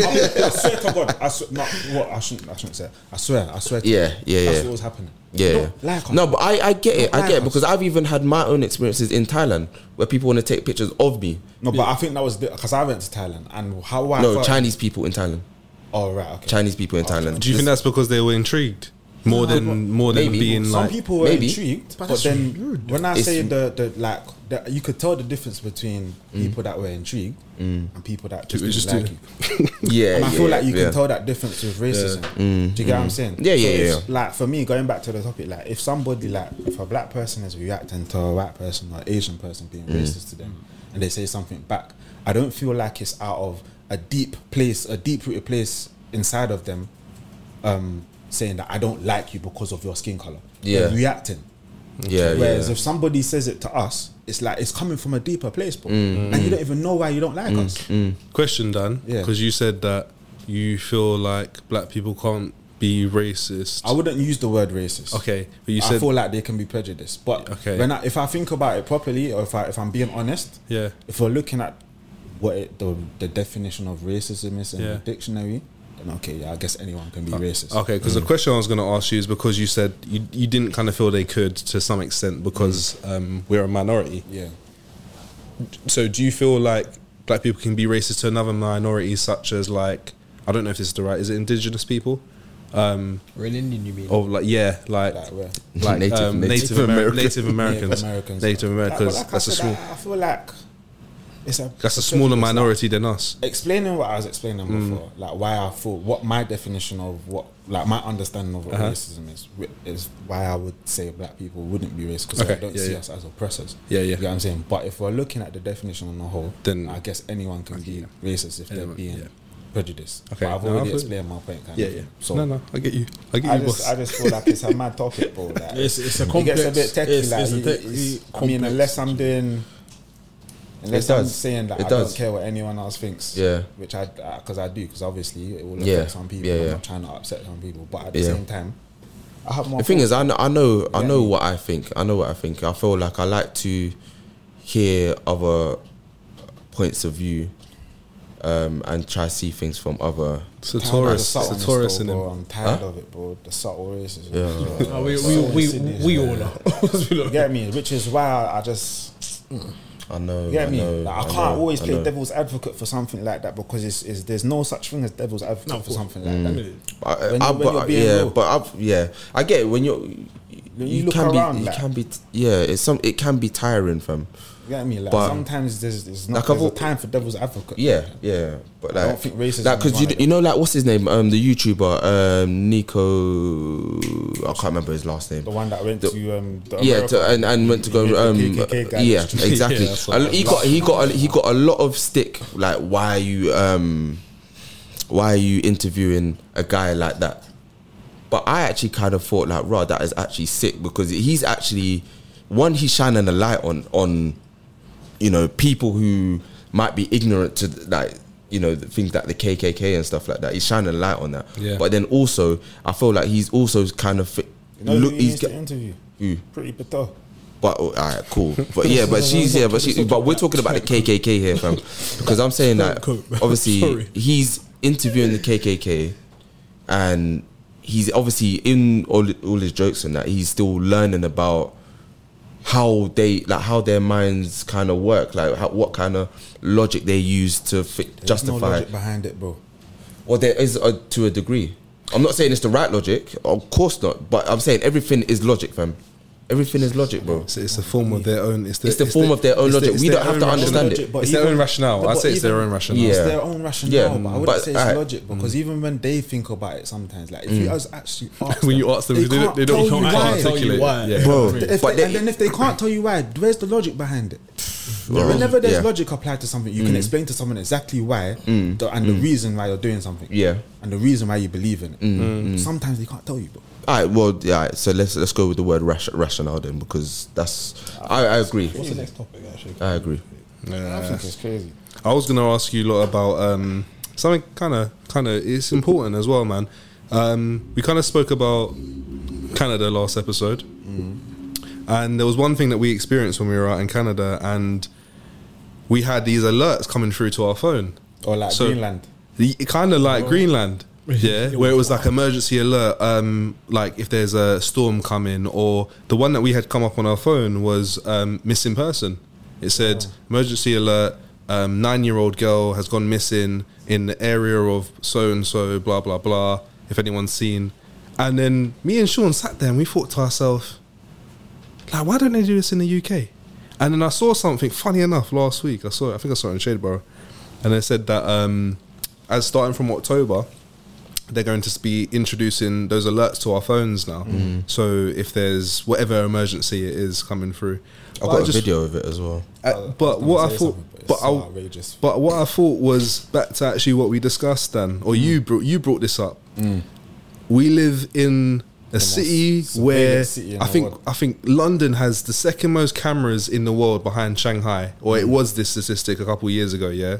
Speaker 5: I swear to God, I swear, no, what I shouldn't, I shouldn't say. it. I swear, I swear. To
Speaker 2: Yeah,
Speaker 5: God,
Speaker 2: yeah,
Speaker 5: That's
Speaker 2: yeah.
Speaker 5: what was happening.
Speaker 2: Yeah.
Speaker 5: Don't lie, come
Speaker 2: no,
Speaker 5: on.
Speaker 2: but I, I get it.
Speaker 5: Don't
Speaker 2: I get it
Speaker 5: lie,
Speaker 2: because I've even had my own experiences in Thailand where people want to take pictures of me.
Speaker 5: no, but I think that was because I went to Thailand and how I
Speaker 2: No,
Speaker 5: felt-
Speaker 2: Chinese people in Thailand.
Speaker 5: Oh right, okay.
Speaker 2: Chinese people in Thailand.
Speaker 4: Do you think that's because they were intrigued more than more than
Speaker 2: maybe.
Speaker 4: being
Speaker 5: Some
Speaker 4: like?
Speaker 5: people were
Speaker 2: maybe,
Speaker 5: intrigued,
Speaker 2: but
Speaker 5: but,
Speaker 2: that's
Speaker 5: then when I
Speaker 2: It's-
Speaker 5: say the, the like, the, you could tell the difference between people that were intrigued and people that just, didn't
Speaker 4: Mm. It was just
Speaker 5: like
Speaker 4: too-
Speaker 5: you.
Speaker 2: yeah,
Speaker 5: and I
Speaker 2: yeah,
Speaker 5: feel like you
Speaker 2: yeah. Mm,
Speaker 5: can tell that difference with racism. Do you get what I'm saying?
Speaker 2: Yeah, yeah,
Speaker 5: it's Like for me, going back to the topic, like if somebody, like if a black person is reacting to a white person or Asian person being
Speaker 2: Mm.
Speaker 5: racist to them, and they say something back, I don't feel like it's out of a deep place, a deep rooted place inside of them, um, saying that I don't like you because of your skin color. They're
Speaker 2: Yeah. Uh,
Speaker 5: reacting.
Speaker 2: Yeah,
Speaker 5: Whereas
Speaker 2: yeah.
Speaker 5: if somebody says it to us, it's like it's coming from a deeper place, bro,
Speaker 2: Mm.
Speaker 5: and you don't even know why you don't like us.
Speaker 4: Question, Dan.
Speaker 5: Yeah.
Speaker 4: Because you said that you feel like black people can't be racist.
Speaker 5: I wouldn't use the word racist.
Speaker 4: okay, but you
Speaker 5: I
Speaker 4: said
Speaker 5: feel like they can be prejudiced. But
Speaker 4: Okay.
Speaker 5: when I, if I think about it properly, or if I if I'm being honest,
Speaker 4: Yeah.
Speaker 5: if we're looking at what it, the the definition of racism is in
Speaker 4: Yeah. Uh,
Speaker 5: the dictionary, then okay, yeah, I guess anyone can be racist.
Speaker 4: Okay, because
Speaker 5: Mm.
Speaker 4: the question I was going to ask you is because you said you, you didn't kind of feel they could to some extent because
Speaker 5: Mm.
Speaker 4: um, we're a minority.
Speaker 5: Yeah.
Speaker 4: So do you feel like black people can be racist to another minority, such as like I don't know if this is the right is it indigenous people um,
Speaker 6: Or an Indian, you mean?
Speaker 4: of like yeah, like
Speaker 5: Like where?
Speaker 2: Native-
Speaker 4: like Native, um, Native,
Speaker 2: Native
Speaker 4: Ameri-
Speaker 2: American.
Speaker 4: Native Americans,
Speaker 5: Native Americans.
Speaker 4: Native
Speaker 5: Like, but
Speaker 4: Americans.
Speaker 5: like I
Speaker 4: that's a
Speaker 5: said,
Speaker 4: small,
Speaker 5: I, I feel like it's a
Speaker 4: that's a
Speaker 5: it's
Speaker 4: smaller
Speaker 5: it's
Speaker 4: minority than us.
Speaker 5: explaining what I was explaining
Speaker 4: Mm.
Speaker 5: before, like why I thought what my definition of what like my understanding of what
Speaker 4: Uh-huh.
Speaker 5: racism is wi- is why I would say black people wouldn't be racist because I
Speaker 4: Okay,
Speaker 5: don't
Speaker 4: yeah,
Speaker 5: see
Speaker 4: yeah.
Speaker 5: us as oppressors.
Speaker 4: Yeah,
Speaker 5: You
Speaker 4: yeah.
Speaker 5: know what I'm saying? But if we're looking at the definition on the whole,
Speaker 4: Then-
Speaker 5: then I guess anyone can be racist if they're
Speaker 4: Anyone,
Speaker 5: being
Speaker 4: yeah.
Speaker 5: prejudiced.
Speaker 4: Okay,
Speaker 5: Okay, but I've
Speaker 4: no,
Speaker 5: already
Speaker 4: I've-
Speaker 5: explained my point. Kind
Speaker 4: Yeah,
Speaker 5: of
Speaker 4: yeah.
Speaker 5: thing. So
Speaker 4: no, no, I get you. I get
Speaker 5: I
Speaker 4: you,
Speaker 5: just,
Speaker 4: boss.
Speaker 5: I just feel like it's a mad topic, bro. Like,
Speaker 6: It's- it's a
Speaker 5: It
Speaker 6: complex-
Speaker 5: gets a bit techy.
Speaker 6: it's-
Speaker 5: like,
Speaker 6: it's a
Speaker 5: you-
Speaker 6: techy,
Speaker 5: it's- I mean,
Speaker 6: complex-
Speaker 5: unless I'm doing, unless
Speaker 2: It
Speaker 5: I'm
Speaker 2: does.
Speaker 5: saying that
Speaker 2: It
Speaker 5: I
Speaker 2: does.
Speaker 5: don't care what anyone else thinks.
Speaker 2: Yeah.
Speaker 5: Which I, because I do, because obviously it will affect
Speaker 2: Yeah.
Speaker 5: some people.
Speaker 2: Yeah,
Speaker 5: I'm
Speaker 2: yeah.
Speaker 5: not trying to upset some people, but at the
Speaker 2: Yeah.
Speaker 5: same time, I have more.
Speaker 2: The thing is, I know, I know, I
Speaker 5: Yeah.
Speaker 2: know what I think. I know what I think. I feel like I like to hear other points of view, um, and try to see things from other.
Speaker 4: It's a
Speaker 5: I'm
Speaker 4: Taurus.
Speaker 5: tired of
Speaker 4: It's
Speaker 5: the
Speaker 4: a Taurus
Speaker 5: subtleness,
Speaker 4: in
Speaker 5: though,
Speaker 4: him.
Speaker 5: bro. I'm tired of it, bro. The subtle racism.
Speaker 6: Oh,
Speaker 5: bro.
Speaker 6: we, we,
Speaker 5: Subtle
Speaker 6: we,
Speaker 5: racism,
Speaker 6: we
Speaker 5: bro.
Speaker 6: all know.
Speaker 5: You get me? Which is why I just.
Speaker 2: I know.
Speaker 5: You get
Speaker 2: I
Speaker 5: me?
Speaker 2: know,
Speaker 5: like, I, can't
Speaker 2: know,
Speaker 5: always
Speaker 2: I
Speaker 5: play
Speaker 2: know.
Speaker 5: devil's advocate for something like that because it's, it's there's no such thing as devil's advocate for something
Speaker 2: Mm.
Speaker 5: like that.
Speaker 2: I, I-
Speaker 5: when you-
Speaker 2: I-
Speaker 5: when
Speaker 2: but
Speaker 5: you're being
Speaker 2: yeah,
Speaker 5: real.
Speaker 2: but I've, yeah, I get it. When you're, you,
Speaker 5: you look
Speaker 2: can
Speaker 5: around,
Speaker 2: be,
Speaker 5: like-
Speaker 2: you can be, t- yeah. It's some, it can be tiring, fam.
Speaker 5: You get me? Like
Speaker 2: But-
Speaker 5: sometimes there's there's
Speaker 2: Like,
Speaker 5: not
Speaker 2: I've
Speaker 5: there's a
Speaker 2: al-
Speaker 5: time for devil's advocate.
Speaker 2: Yeah, yeah. But like,
Speaker 5: I don't think racism
Speaker 2: Like,
Speaker 5: is
Speaker 2: cause you,
Speaker 5: one of
Speaker 2: you know, like, what's his name? Um, the YouTuber, um, Nico. I can't remember his last name.
Speaker 5: The one that went
Speaker 2: The-
Speaker 5: to um the
Speaker 2: yeah,
Speaker 5: America-
Speaker 2: to, and, and went to go.
Speaker 5: He made the
Speaker 2: Um,
Speaker 5: KKK guy
Speaker 2: yeah,
Speaker 5: just-
Speaker 2: exactly.
Speaker 4: Yeah, that's what
Speaker 2: and
Speaker 4: I
Speaker 2: he got he got a, he got a lot of stick. Like, why are you um, why are you interviewing a guy like that? But I actually kind of thought like, rah, that is actually sick because he's actually one. He's shining a light on on you know people who might be ignorant to like you know the things like the KKK and stuff like that. He's shining a light on that.
Speaker 4: Yeah.
Speaker 2: But then also, I feel like he's also kind of. Fi-
Speaker 5: You know
Speaker 2: look,
Speaker 5: who he
Speaker 2: he's
Speaker 5: needs
Speaker 2: get-
Speaker 5: to interview.
Speaker 2: Who?
Speaker 5: Pretty Patel.
Speaker 2: but oh, all right, cool. But yeah, but she's yeah, but she, but we're talking about the KKK here, fam. Because I'm saying that
Speaker 6: Cool.
Speaker 2: obviously
Speaker 6: Sorry.
Speaker 2: he's interviewing the KKK, and he's obviously in all all his jokes and that he's still learning about how they like how their minds kind of work, like how, what kind of logic they use to fi-
Speaker 5: There's no
Speaker 2: justify.
Speaker 5: logic behind it, bro.
Speaker 2: Well, there is a, to a degree. I'm not saying it's the right logic, of course not. But I'm saying everything is logic, fam. Everything is logic, bro.
Speaker 4: So it's a form of their own. It's,
Speaker 2: It's the form of their own
Speaker 4: it's
Speaker 2: logic.
Speaker 4: it's
Speaker 2: We
Speaker 4: their
Speaker 2: don't have
Speaker 4: own
Speaker 2: to
Speaker 4: rationale.
Speaker 2: understand it.
Speaker 5: But
Speaker 4: It's their
Speaker 5: even-
Speaker 4: own rationale.
Speaker 5: but
Speaker 4: I'd say it's their
Speaker 5: even-
Speaker 4: own rationale.
Speaker 2: Yeah.
Speaker 5: It's their own rationale,
Speaker 2: Yeah,
Speaker 5: but I wouldn't
Speaker 2: but, mm.
Speaker 5: say it's
Speaker 2: alright.
Speaker 5: logic because even when they think about it, sometimes like if
Speaker 2: Mm.
Speaker 5: you as actually ask
Speaker 4: When you ask them, they don't-
Speaker 5: can't
Speaker 4: they don't-
Speaker 5: tell
Speaker 4: they
Speaker 5: you
Speaker 4: can't
Speaker 5: why.
Speaker 4: articulate.
Speaker 6: why.
Speaker 4: Yeah.
Speaker 2: Bro,
Speaker 5: If
Speaker 2: but
Speaker 5: they,
Speaker 2: they-
Speaker 5: and then if they can't tell you why, where's the logic behind it? Whenever there's
Speaker 2: yeah.
Speaker 5: logic applied to something, you can
Speaker 4: Mm.
Speaker 5: explain to someone exactly why the, and the reason why you're doing something.
Speaker 2: Yeah.
Speaker 5: And the reason why you believe in it.
Speaker 4: Mm.
Speaker 5: Sometimes they can't tell you, bro.
Speaker 2: All right, well, yeah. all right, so let's let's go with the word ration- rationale then, because that's I, I agree.
Speaker 6: What's the next topic, actually?
Speaker 2: I agree.
Speaker 5: I think it's crazy.
Speaker 4: I was gonna ask you a lot about um, something kind of kind of it's important as well, man. Um, we kind of spoke about Canada last episode, and there was one thing that we experienced when we were out in Canada, and we had these alerts coming through to our phone,
Speaker 5: Or like
Speaker 4: So-
Speaker 5: Greenland.
Speaker 4: kind of like Greenland. Yeah, where it was like emergency alert, um, like if there's a storm coming, or the one that we had come up on our phone was um, missing person. It said emergency alert, um, nine year old girl has gone missing in the area of so and so, blah blah blah. If anyone's seen, and then me and Sean sat there and we thought to ourselves, like, why don't they do this in the UK? And then I saw something funny enough last week. I saw it. I think I saw it in Shadeborough, and they said that um, as starting from October, they're going to be introducing those alerts to our phones now. So if there's whatever emergency it is coming through,
Speaker 2: I
Speaker 4: But
Speaker 2: got a
Speaker 4: just-
Speaker 2: video of it as well.
Speaker 4: uh, but what I
Speaker 5: say
Speaker 4: thought,
Speaker 5: something, but
Speaker 4: but
Speaker 5: it's
Speaker 4: I,
Speaker 5: so outrageous.
Speaker 4: but what I thought was back to actually what we discussed then,
Speaker 5: Mm.
Speaker 4: or you brought you brought this up. We live in a city
Speaker 5: surveilled
Speaker 4: where
Speaker 5: city in
Speaker 4: I
Speaker 5: the
Speaker 4: think
Speaker 5: world.
Speaker 4: I think London has the second most cameras in the world behind Shanghai, or
Speaker 5: Mm.
Speaker 4: it was this statistic a couple of years ago. Yeah,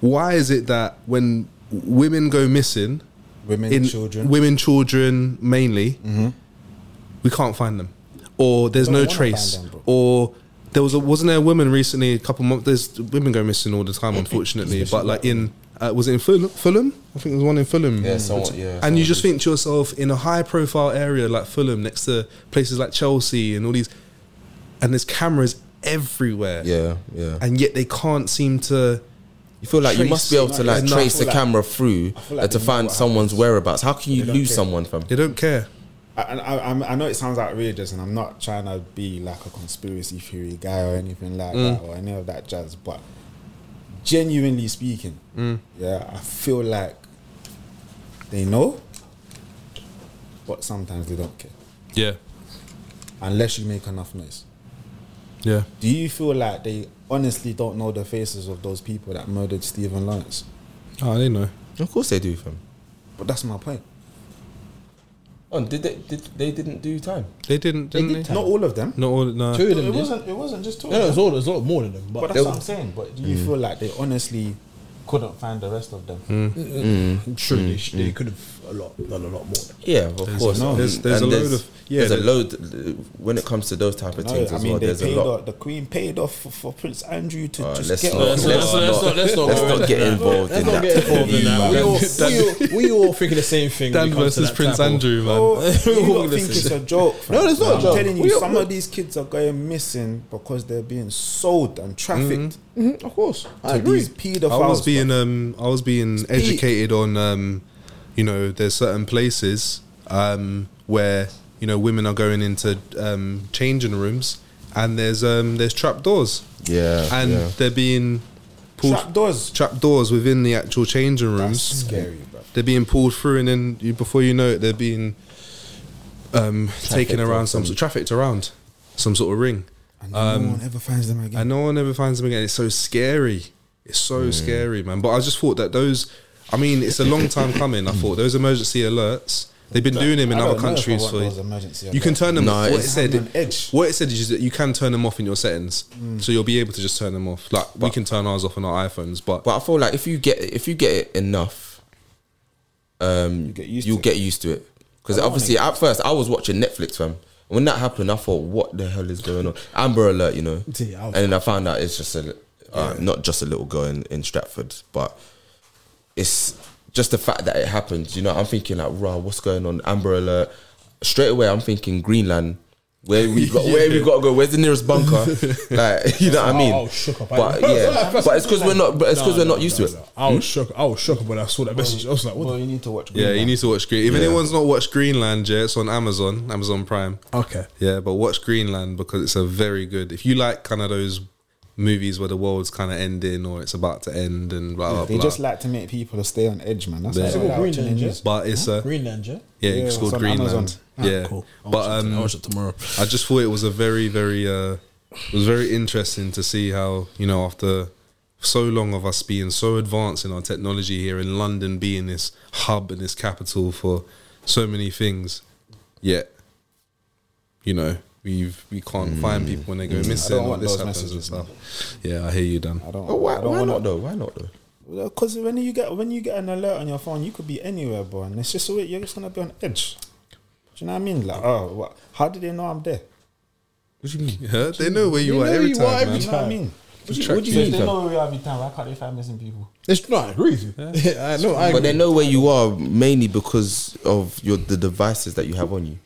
Speaker 4: why is it that when women go missing,
Speaker 5: Women,
Speaker 4: in
Speaker 5: children.
Speaker 4: women, children mainly,
Speaker 2: Mm-hmm.
Speaker 4: we can't find them, or there's
Speaker 5: Don't
Speaker 4: no
Speaker 5: wanna find
Speaker 4: trace,
Speaker 5: them, bro.
Speaker 4: or there was a wasn't there a woman recently a couple months? There's women go missing all the time, unfortunately. but like in uh, was it in Ful- Fulham? I think there was one in Fulham.
Speaker 2: Yeah, someone- yeah,
Speaker 4: And
Speaker 2: someone
Speaker 4: you just think to yourself in a high profile area like Fulham, next to places like Chelsea and all these, and there's cameras everywhere
Speaker 2: Yeah, yeah.
Speaker 4: and yet they can't seem to
Speaker 2: You feel like you must be able to like
Speaker 5: No, I
Speaker 2: trace the
Speaker 5: feel like-
Speaker 2: camera through
Speaker 5: feel like
Speaker 2: like, to
Speaker 5: they know
Speaker 2: find
Speaker 5: what
Speaker 2: someone's whereabouts. How can you
Speaker 5: don't
Speaker 2: lose
Speaker 5: care.
Speaker 2: someone from?
Speaker 4: They don't care.
Speaker 5: I, and I, I'm- I know it sounds outrageous, and I'm not trying to be like a conspiracy theory guy or anything like
Speaker 4: Mm.
Speaker 5: that or any of that jazz, but genuinely speaking,
Speaker 4: Mm.
Speaker 5: yeah, I feel like they know, but sometimes they don't care
Speaker 4: Yeah.
Speaker 5: unless you make enough noise.
Speaker 4: Yeah.
Speaker 5: Do you feel like they honestly don't know the faces of those people that murdered Stephen Lawrence?
Speaker 4: Oh, they know.
Speaker 2: Of course they do, fam.
Speaker 5: But that's my point.
Speaker 2: Oh, did they? Did they didn't do time?
Speaker 4: They didn't. Didn't they?
Speaker 5: Not all of them.
Speaker 4: Not all. No.
Speaker 6: Two of them
Speaker 5: It
Speaker 6: did.
Speaker 5: wasn't. It wasn't just two. of
Speaker 6: No, no,
Speaker 5: them.
Speaker 6: there's all there's a lot more than them, but, mm,
Speaker 5: But that's what I'm saying. But do you
Speaker 2: Mm.
Speaker 5: feel like they honestly couldn't find the rest of them?
Speaker 6: Mm.
Speaker 2: Mm.
Speaker 6: I'm sure they, sh- they could have a lot done a lot more.
Speaker 2: Yeah, of course.
Speaker 5: no,
Speaker 4: there's-
Speaker 2: Mm, And
Speaker 4: there's a load of- yeah,
Speaker 2: there's a
Speaker 4: there-
Speaker 2: load uh, when it comes to those type of
Speaker 5: No,
Speaker 2: things
Speaker 5: I
Speaker 2: as
Speaker 5: mean
Speaker 2: well.
Speaker 5: they
Speaker 2: There's a
Speaker 5: paid
Speaker 2: lot.
Speaker 5: off. The Queen paid off for, for Prince Andrew to
Speaker 2: Uh,
Speaker 5: just
Speaker 2: let's
Speaker 5: get.
Speaker 2: not-
Speaker 5: off.
Speaker 2: let's Let's not- not-
Speaker 6: let's not,
Speaker 2: Let's not get involved in
Speaker 6: Let's not get involved in that. We all, we all, we all think of the same thing. when
Speaker 4: Dan
Speaker 6: it comes to
Speaker 4: versus
Speaker 6: that
Speaker 4: Prince
Speaker 6: type of-
Speaker 4: Andrew, man.
Speaker 5: Oh,
Speaker 6: We're
Speaker 5: you
Speaker 6: all
Speaker 5: lot
Speaker 6: gonna
Speaker 5: think
Speaker 6: say
Speaker 5: it's a joke? fam.
Speaker 6: No, it's not a
Speaker 5: I'm
Speaker 6: joke.
Speaker 5: telling you,
Speaker 6: We all-
Speaker 5: some of these kids are going missing because they're being sold and trafficked
Speaker 6: Of course, I
Speaker 5: to
Speaker 6: agree.
Speaker 5: these pedophiles.
Speaker 4: I was
Speaker 5: fam.
Speaker 4: being um I was being educated on um you know there's certain places um where you know women are going into um changing rooms and there's um there's trap doors
Speaker 2: Yeah,
Speaker 4: and
Speaker 2: yeah.
Speaker 4: they're being pulled
Speaker 5: trap doors.
Speaker 4: trap doors within the actual changing
Speaker 5: That's
Speaker 4: rooms
Speaker 5: scary, bro.
Speaker 4: they're being pulled through and then you, before you know it they're being um taken
Speaker 2: or
Speaker 4: around some sort trafficked around some sort of ring
Speaker 5: And no one ever finds them again.
Speaker 4: and no one ever finds them again. It's so scary. It's so scary, man. But I just thought that those, I mean, it's a long time coming. I thought those emergency alerts, they've been doing them in
Speaker 5: I
Speaker 4: other
Speaker 5: don't know if I
Speaker 4: countries
Speaker 5: want
Speaker 4: for
Speaker 5: those emergency
Speaker 4: You can
Speaker 5: alerts.
Speaker 4: turn them
Speaker 2: No,
Speaker 4: off. What it
Speaker 2: it's-
Speaker 4: said,
Speaker 5: I'm on edge. Hmm.
Speaker 4: what it said is that you can turn them off in your settings. So you'll be able to just turn them off. Like we can turn ours off on our iPhones, but,
Speaker 2: But I feel like if you get if you get it enough, um, you
Speaker 5: get used
Speaker 2: you'll
Speaker 5: to it.
Speaker 2: get used to it. Because
Speaker 5: don't
Speaker 2: obviously, at first, I was watching Netflix, fam. When that happened, I thought, "What the hell is going on?" Amber Alert, you know.
Speaker 6: See, I
Speaker 2: and
Speaker 6: was-
Speaker 2: then I found out it's just a li- uh, not just a little girl in, in Stratford, but it's just the fact that it happened. You know, I'm thinking like, "Wow, what's going on?" Amber Alert. Straight away, I'm thinking Greenland. Where we got, where we got to go? Where's the nearest bunker? like, you know what I mean?
Speaker 6: Oh, I was shook up. I-
Speaker 2: But yeah, but it's because we're not. But it's because we're not used to it.
Speaker 6: I was shook. I was shook when I saw that message. I was like,
Speaker 5: Well,
Speaker 6: what?
Speaker 5: you need to watch.
Speaker 4: yeah,
Speaker 5: Greenland.
Speaker 4: you need to watch Green. If anyone's not watched Greenland yet, it's on Amazon, Amazon Prime.
Speaker 6: the- Okay.
Speaker 4: Yeah, but watch Greenland because it's a very good. If you like kind of those movies where the world's kind of ending or it's about to end and blah blah
Speaker 5: They
Speaker 4: blah.
Speaker 5: just like to make people stay on edge, man. That's what
Speaker 6: It's called
Speaker 5: I'm
Speaker 6: Greenland, yeah?
Speaker 4: but it's a
Speaker 6: Greenland, yeah.
Speaker 4: yeah,
Speaker 5: Yeah,
Speaker 4: it's called
Speaker 5: it's on Amazon. Ah,
Speaker 4: Greenland. Yeah,
Speaker 6: Ah, cool. I'll
Speaker 4: but
Speaker 6: watch it-
Speaker 4: um,
Speaker 6: I'll watch it tomorrow.
Speaker 4: I just thought it was a very very uh, it was very interesting to see how you know after so long of us being so advanced in our technology here in London being this hub and this capital for so many things, yet you know we've we can't find people when they go missing or
Speaker 5: want
Speaker 4: this
Speaker 5: those
Speaker 4: happens and
Speaker 5: messages, man.
Speaker 4: stuff. Yeah, I hear you, Dan.
Speaker 5: I don't.
Speaker 2: Oh, why,
Speaker 5: I don't
Speaker 2: why
Speaker 5: wanna-
Speaker 2: not though? Why not though?
Speaker 5: Because when you get when you get an alert on your phone, you could be anywhere, bro, and it's just a way you're just gonna be on edge. Do you know what I mean? Like, oh, what, how do they know I'm there?
Speaker 4: What do you mean? Yeah, they know where you are every time, man.
Speaker 5: Do you know what I mean?
Speaker 2: What do you- what do you mean, fam?
Speaker 5: where we are every time, why can't they find missing people?
Speaker 6: It's not. I agree with you. I know. I
Speaker 2: But
Speaker 6: agree.
Speaker 2: they know where you are mainly because of your the devices that you have on you.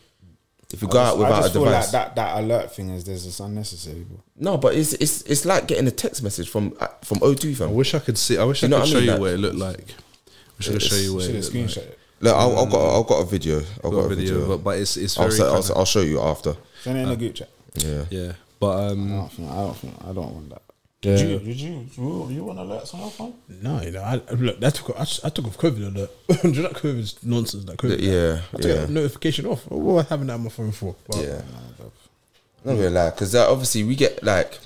Speaker 2: If you go out
Speaker 5: I
Speaker 2: without a
Speaker 5: just feel like
Speaker 2: device,
Speaker 5: that, that alert thing is there's just unnecessary, bro.
Speaker 2: no. But it's it's it's like getting a text message from uh, from O2
Speaker 4: I
Speaker 2: fam.
Speaker 4: wish I could see. I wish
Speaker 2: You
Speaker 4: I
Speaker 2: know
Speaker 4: could
Speaker 2: what I
Speaker 4: show
Speaker 2: mean?
Speaker 4: you
Speaker 2: Like-
Speaker 4: what it looked like. I wish I could show you what it
Speaker 5: Should have
Speaker 4: looked like.
Speaker 5: screenshot it.
Speaker 2: Look, I've I've got I've got a video. I've got,
Speaker 4: Got
Speaker 2: a video.
Speaker 4: but, but it's it's
Speaker 2: I'll,
Speaker 4: very
Speaker 2: say, I'll,
Speaker 4: kinda-
Speaker 2: I'll show you after.
Speaker 5: Send it in the group chat.
Speaker 2: Yeah.
Speaker 4: yeah. But
Speaker 5: I
Speaker 4: um,
Speaker 5: don't think, I don't think, I don't want that.
Speaker 4: yeah.
Speaker 5: Do you, did you, you, you want alerts on your phone?
Speaker 6: No, you know, I, I- look, that took, I, s- I took off COVID on that. Do you know that COVID's nonsense? That COVID,
Speaker 2: Yeah,
Speaker 6: I took
Speaker 2: yeah.
Speaker 6: that notification off. What was I having that on my phone for? Well,
Speaker 2: Yeah. Not gonna lie, because uh, obviously we get like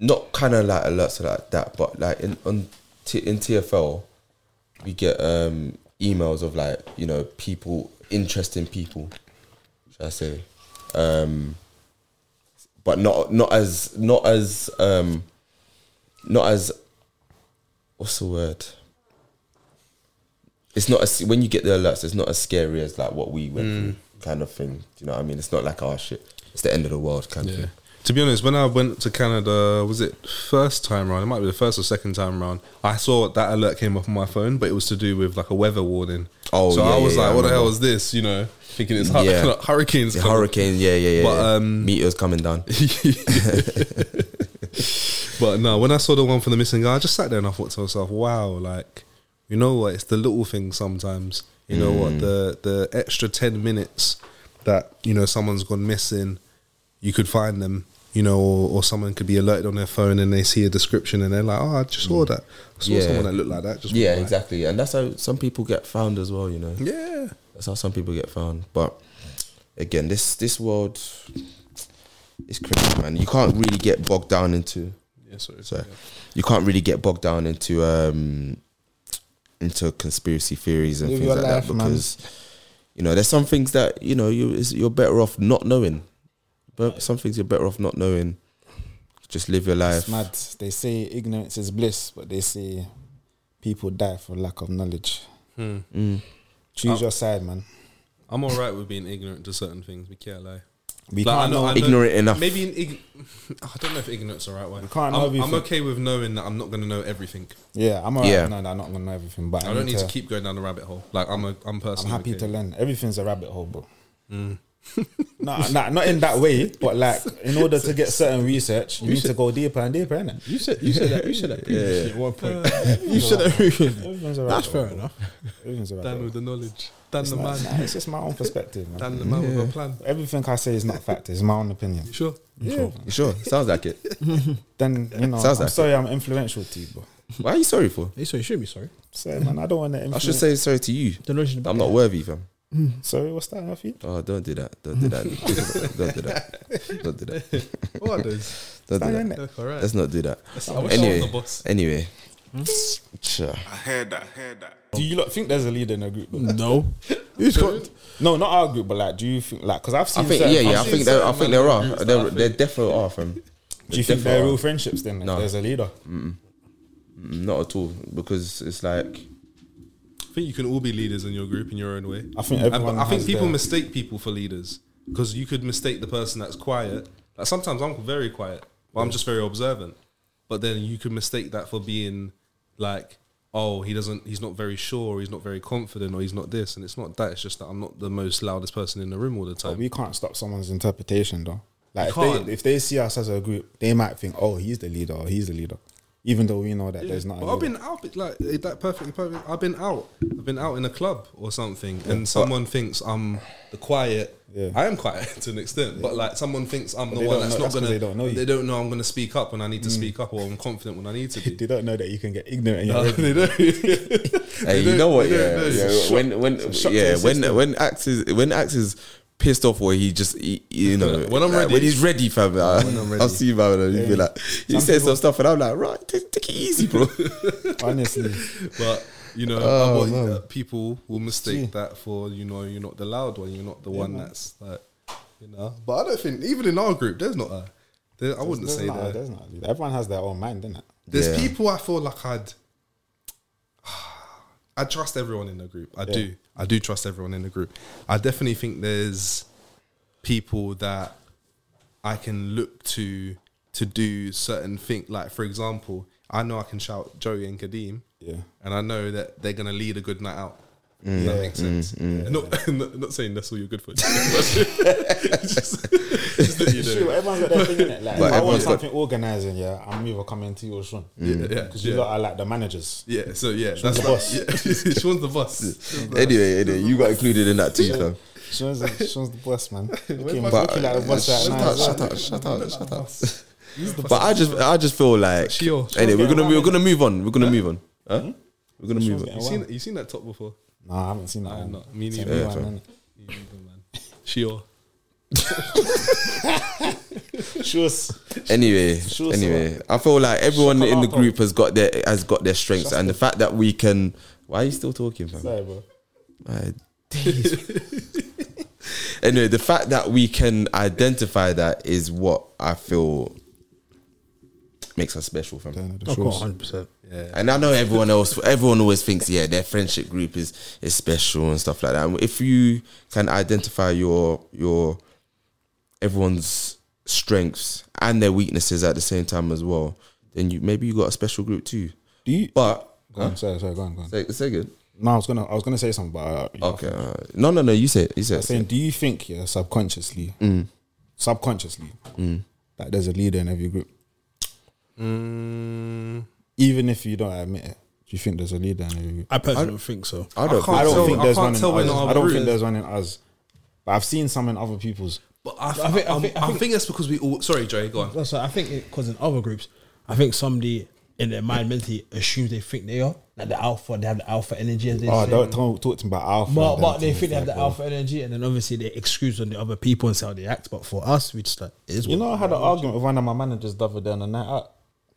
Speaker 2: not kind of like alerts like that, but like in on t- in TFL we get um emails of like you know people interesting people, should I say, um, but not not as not as um not as what's the word. It's not as when you get the alerts. It's not as scary as like what we went through,
Speaker 4: Mm.
Speaker 2: kind of thing. Do you know what I mean? It's not like our shit. It's the end of the world, kind of
Speaker 4: Yeah.
Speaker 2: thing.
Speaker 4: To be honest, when I went to Canada, was it first time round? It might be the first or second time round. I saw that alert came up on my phone, but it was to do with like a weather warning.
Speaker 2: Oh,
Speaker 4: so
Speaker 2: yeah,
Speaker 4: I was
Speaker 2: yeah,
Speaker 4: like,
Speaker 2: yeah, I
Speaker 4: "What the hell
Speaker 2: remember.
Speaker 4: is this?" You know, thinking it's hur-
Speaker 2: Yeah.
Speaker 4: hurricanes.
Speaker 2: The
Speaker 4: coming. um,
Speaker 2: hurricane, yeah, yeah, yeah.
Speaker 4: But,
Speaker 2: yeah.
Speaker 4: um,
Speaker 2: meteors coming down.
Speaker 4: But no, when I saw the one for the missing guy, I just sat there and I thought to myself, wow, like, you know what? It's the little things sometimes. You know
Speaker 2: Mm.
Speaker 4: what? The the extra ten minutes that you know someone's gone missing, you could find them. You know, or, or someone could be alerted on their phone and they see a description and they're like, "Oh, I just saw that. I saw
Speaker 2: Mm. Yeah.
Speaker 4: someone that looked like that." Just
Speaker 2: yeah,
Speaker 4: like-
Speaker 2: exactly. And that's how some people get found as well, you know.
Speaker 4: Yeah,
Speaker 2: That's how some people get found. But again, this this world is crazy, man. You can't really get bogged down into
Speaker 4: yeah. Sorry,
Speaker 2: sorry. You can't really get bogged down into um into conspiracy theories and
Speaker 5: Live
Speaker 2: things
Speaker 5: your
Speaker 2: like
Speaker 5: life,
Speaker 2: that
Speaker 5: man.
Speaker 2: because you know there's some things that you know you is- you're better off not knowing, but some things you're better off not knowing. Just live your life.
Speaker 5: It's mad. They say ignorance is bliss, but they say people die for lack of knowledge.
Speaker 4: Hmm.
Speaker 2: Mm.
Speaker 5: Choose
Speaker 4: Oh.
Speaker 5: your side, man.
Speaker 4: I'm all right with being ignorant to certain things. We can't lie.
Speaker 5: We
Speaker 4: Like, I
Speaker 5: can't
Speaker 4: know,
Speaker 5: know.
Speaker 4: I know-
Speaker 2: Ignorant enough.
Speaker 4: Maybe in ig- I don't know if ignorance the right way.
Speaker 5: can't know
Speaker 4: I'm, I'm
Speaker 5: everything.
Speaker 4: okay with knowing that I'm not going to know everything.
Speaker 5: yeah, I'm alright.
Speaker 2: Yeah.
Speaker 5: No, no, I'm not gonna know everything, but I,
Speaker 4: I don't need to keep going down the rabbit hole. Like I'm a I'm
Speaker 5: I'm
Speaker 4: personally.
Speaker 5: happy to
Speaker 4: okay. Hmm.
Speaker 5: learn. Everything's a rabbit hole, bro. no, no, not in that way. But like, in order to get certain research, you need to go deeper and deeper, innit?
Speaker 6: You said you said that you said that previously at one point. you said
Speaker 5: Everything's a rabbit
Speaker 6: that's fair
Speaker 5: hole.
Speaker 6: enough.
Speaker 5: Everything's a rabbit
Speaker 4: Dan
Speaker 5: hole.
Speaker 4: with the knowledge. Dan the
Speaker 5: Nah,
Speaker 4: man.
Speaker 5: nah, it's just my own perspective, man.
Speaker 4: Dan the man with a plan.
Speaker 5: Everything I say is not fact. It's my own opinion.
Speaker 4: You sure?
Speaker 5: Yeah.
Speaker 2: You sure? Sounds like it.
Speaker 5: Then you know,
Speaker 2: Sounds
Speaker 5: I'm
Speaker 2: like
Speaker 5: sorry, I'm influential to you, bro.
Speaker 2: Why are you sorry for?
Speaker 6: Hey, so you should be sorry.
Speaker 5: Sorry, man. I don't want to.
Speaker 2: I should say sorry to you.
Speaker 6: The notion
Speaker 2: that I'm not worthy, fam.
Speaker 5: Sorry, what's that, Rafi?
Speaker 2: Oh, don't do that. Don't do that. don't do that. Don't do that.
Speaker 4: What does?
Speaker 2: Don't do
Speaker 5: Sorry,
Speaker 2: that.
Speaker 5: innit?
Speaker 4: All right.
Speaker 2: Let's not do that.
Speaker 4: I wish I was the
Speaker 2: Anyway,
Speaker 4: boss.
Speaker 2: anyway.
Speaker 5: Hmm?
Speaker 2: Sure.
Speaker 1: I heard that. I heard that.
Speaker 5: Do you lot think there's a leader in the group? though?
Speaker 6: No. Who's got
Speaker 5: No, not our group, but like, do you think like? Because I've
Speaker 2: I
Speaker 5: seen.
Speaker 2: think
Speaker 5: certain-
Speaker 2: yeah, yeah. I
Speaker 5: I've seen
Speaker 2: think there, I
Speaker 4: certain
Speaker 2: think there
Speaker 4: man
Speaker 2: are.
Speaker 4: groups that I
Speaker 2: There, there
Speaker 4: think-
Speaker 2: definitely are, fam.
Speaker 5: Do you think
Speaker 2: Definitely
Speaker 5: they're
Speaker 2: are.
Speaker 5: real friendships then? if
Speaker 2: No.
Speaker 5: There's a leader.
Speaker 2: Not at all, because it's like
Speaker 4: I think you can all be leaders in your group in your own way.
Speaker 5: I think
Speaker 4: And-
Speaker 5: everyone
Speaker 4: I think
Speaker 5: has
Speaker 4: people
Speaker 5: their-
Speaker 4: mistake people for leaders because you could mistake the person that's quiet. Like sometimes I'm very quiet, but I'm just very observant. But then you could mistake that for being like, oh, he doesn't, he's not very sure, he's not very confident, or he's not this, and it's not that. It's just that I'm not the most loudest person in the room all the
Speaker 5: But
Speaker 4: time.
Speaker 5: we can't stop someone's interpretation though. Like if
Speaker 4: You can't.
Speaker 5: they, if they see us as a group, they might think, oh, he's the leader, or he's the leader, even though we know that there's not. A
Speaker 4: But I've
Speaker 5: leader.
Speaker 4: been out, but, like eh, that perfectly perfect. I've been out. I've been out in a club or something, and someone thinks I'm the quiet.
Speaker 5: Yeah.
Speaker 4: I am quiet to an extent, but like someone thinks I'm the
Speaker 5: they
Speaker 4: one
Speaker 5: don't
Speaker 4: that's
Speaker 5: know-
Speaker 4: not
Speaker 5: that's 'cause
Speaker 4: gonna.
Speaker 5: they don't know you. Mm.
Speaker 4: They don't know I'm gonna speak up when I need to speak up, or I'm confident when I need to
Speaker 5: They
Speaker 4: be.
Speaker 5: don't know that you can get ignorant. And
Speaker 4: No,
Speaker 5: you're
Speaker 4: they don't.
Speaker 2: Hey,
Speaker 4: Hey,
Speaker 2: you know what? Yeah, yeah. When when
Speaker 5: shock to
Speaker 2: yeah
Speaker 5: the
Speaker 2: when
Speaker 5: system.
Speaker 2: when Axe is when Axe is pissed off or he just he, you know
Speaker 4: When I'm
Speaker 2: like,
Speaker 4: ready.
Speaker 2: when he's ready, fam. I,
Speaker 4: I'm ready.
Speaker 2: I'll see him out and he'd be like, he
Speaker 5: Some
Speaker 2: says some
Speaker 5: people-
Speaker 2: stuff and I'm like, right, take, take it easy, bro.
Speaker 5: honestly,
Speaker 4: But you know, uh,
Speaker 5: Oh,
Speaker 4: what, uh, people will mistake that for you know you're not the loud one, you're not the one that's like you know. But I don't think even in our group, there's not a. There, I wouldn't
Speaker 5: there's
Speaker 4: say
Speaker 5: not,
Speaker 4: that.
Speaker 5: there's not a leader. Everyone has their own mind, isn't it?
Speaker 4: There's
Speaker 2: Yeah.
Speaker 4: people I feel like I'd. I trust everyone in the group. I do. I do trust everyone in the group. I definitely think there's people that I can look to to do certain things. Like for example, I know I can shout Joey and Kadeem.
Speaker 5: Yeah.
Speaker 4: And I know that they're gonna lead a good night out. If That makes sense. Not, not not saying that's all you're good for. Just- just that you know.
Speaker 5: True, everyone's got their thing in it. Like,
Speaker 2: But
Speaker 5: if I want
Speaker 2: everyone's got-
Speaker 5: something organising, yeah, I'm either coming to you or Sean.
Speaker 4: yeah,
Speaker 5: Because you
Speaker 4: yeah.
Speaker 5: lot are like the managers.
Speaker 4: Yeah, so yeah, that's
Speaker 5: the
Speaker 4: the
Speaker 5: boss.
Speaker 4: boss. Yeah. Sean's the boss.
Speaker 2: anyway, anyway, you got included in that too, fam.
Speaker 5: Sean's, the- Sean's the boss, man. Looking,
Speaker 4: my-
Speaker 5: looking like the boss right
Speaker 2: shut
Speaker 5: now.
Speaker 2: up,
Speaker 5: as
Speaker 2: shut
Speaker 5: well.
Speaker 2: up, shut up, shut up. But I just I just feel like
Speaker 4: Sure.
Speaker 2: anyway, we're gonna
Speaker 5: Sure.
Speaker 2: we're gonna move on. We're gonna move on.
Speaker 5: Hmm?
Speaker 2: Huh? We're gonna move on.
Speaker 5: getting
Speaker 4: You seen you seen that top before?
Speaker 5: No, I haven't seen that one.
Speaker 4: not. Me
Speaker 5: It's a
Speaker 4: neither.
Speaker 5: new
Speaker 2: Yeah,
Speaker 5: one,
Speaker 2: fam.
Speaker 5: innit?
Speaker 4: Sure.
Speaker 5: Shoes.
Speaker 2: Anyway,
Speaker 5: Sure,
Speaker 2: anyway, I feel like everyone in the group has got their has got their strengths, and the fact that we can. Why are you still talking, fam?
Speaker 5: Sorry, bro.
Speaker 2: My days. anyway, the fact that we can identify that is what I feel makes us special, fam.
Speaker 6: I've got 100 percent
Speaker 2: And I know everyone else, everyone always thinks, yeah, their friendship group is is special and stuff like that. And if you can identify your your everyone's strengths and their weaknesses at the same time as well, then you maybe you got a special group too.
Speaker 5: Do you?
Speaker 2: But
Speaker 5: Go on, sorry, sorry, go on, go on.
Speaker 2: say, say good.
Speaker 5: No, I was gonna, I was gonna say something, but uh,
Speaker 2: Okay. all right. No, no, no. You say it. You say
Speaker 5: I'm
Speaker 2: it.
Speaker 5: saying, do you think, yeah,
Speaker 2: Mm.
Speaker 5: subconsciously, subconsciously, that there's a leader in every group?
Speaker 2: Mm.
Speaker 5: Even if you don't admit it, do you think there's a leader in you?
Speaker 6: I personally don't think so.
Speaker 2: I don't.
Speaker 4: can't
Speaker 5: I don't
Speaker 4: tell-
Speaker 5: think
Speaker 4: I
Speaker 5: there's
Speaker 4: can't
Speaker 5: one in
Speaker 4: tell when
Speaker 5: us.
Speaker 4: our
Speaker 5: I don't
Speaker 4: group-
Speaker 5: think there's one in us. But I've seen some in other people's.
Speaker 4: But I,
Speaker 6: I think- I
Speaker 4: I,
Speaker 6: think-
Speaker 4: think,
Speaker 6: I
Speaker 4: I,
Speaker 6: think-
Speaker 4: think that's because we all. Sorry, Jay, go on.
Speaker 6: That's why I think because in other groups, I think somebody in their mind mentally assumes they think they are like the alpha. They have the alpha energy. As they
Speaker 5: Oh,
Speaker 6: say.
Speaker 5: don't talk, talk to me about alpha.
Speaker 6: But,
Speaker 5: then
Speaker 6: but they
Speaker 5: it's
Speaker 6: think they have
Speaker 5: like,
Speaker 6: the
Speaker 5: well,
Speaker 6: alpha energy, and then obviously they excuse on the other people and see how they act. But for us, we just like it is
Speaker 5: You
Speaker 6: what-
Speaker 5: know, I had an argument with one of my managers the other day on a night out.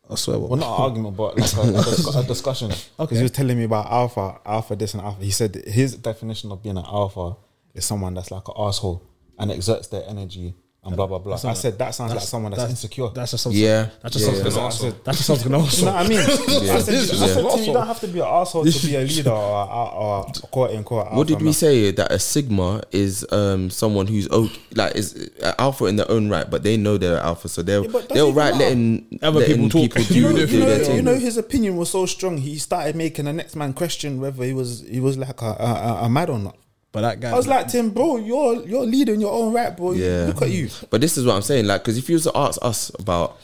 Speaker 6: I swear.
Speaker 5: Well, not an argument, but like a, like a, discu- a discussion. Because he was telling me about alpha, alpha this and alpha. He said that his definition of being an alpha is someone that's like an asshole and exerts their energy and blah blah blah. I said that sounds like someone that's, insecure.
Speaker 6: That's just something.
Speaker 2: Yeah.
Speaker 6: That's just
Speaker 2: yeah.
Speaker 6: something.
Speaker 5: So I said,
Speaker 6: That's just something else.
Speaker 5: you know what I mean? I said,
Speaker 6: This
Speaker 5: I
Speaker 6: is
Speaker 5: said
Speaker 6: just
Speaker 5: to you, you don't have to be an asshole to be a leader or, or, or quote unquote.
Speaker 2: What did
Speaker 5: alpha
Speaker 2: we
Speaker 5: man.
Speaker 2: say that a sigma is um someone who's o like is uh, alpha in their own right, but they know they're alpha, so they'll
Speaker 5: Yeah, but doesn't
Speaker 2: they'll
Speaker 5: even
Speaker 2: right
Speaker 5: matter.
Speaker 2: letting
Speaker 6: Other
Speaker 2: letting
Speaker 6: people talk.
Speaker 2: people
Speaker 6: You
Speaker 2: do,
Speaker 5: You know,
Speaker 2: do
Speaker 5: you,
Speaker 2: their
Speaker 5: know,
Speaker 2: thing.
Speaker 5: you know, his opinion was so strong. He started making the next man question whether he was he was like a, a, a- a mad or not.
Speaker 6: But that guy.
Speaker 5: I was like, Tim, bro, you're you're leading your own right, bro.
Speaker 2: yeah,
Speaker 5: Look at you.
Speaker 2: But this is what I'm saying, like, because if you was to ask us about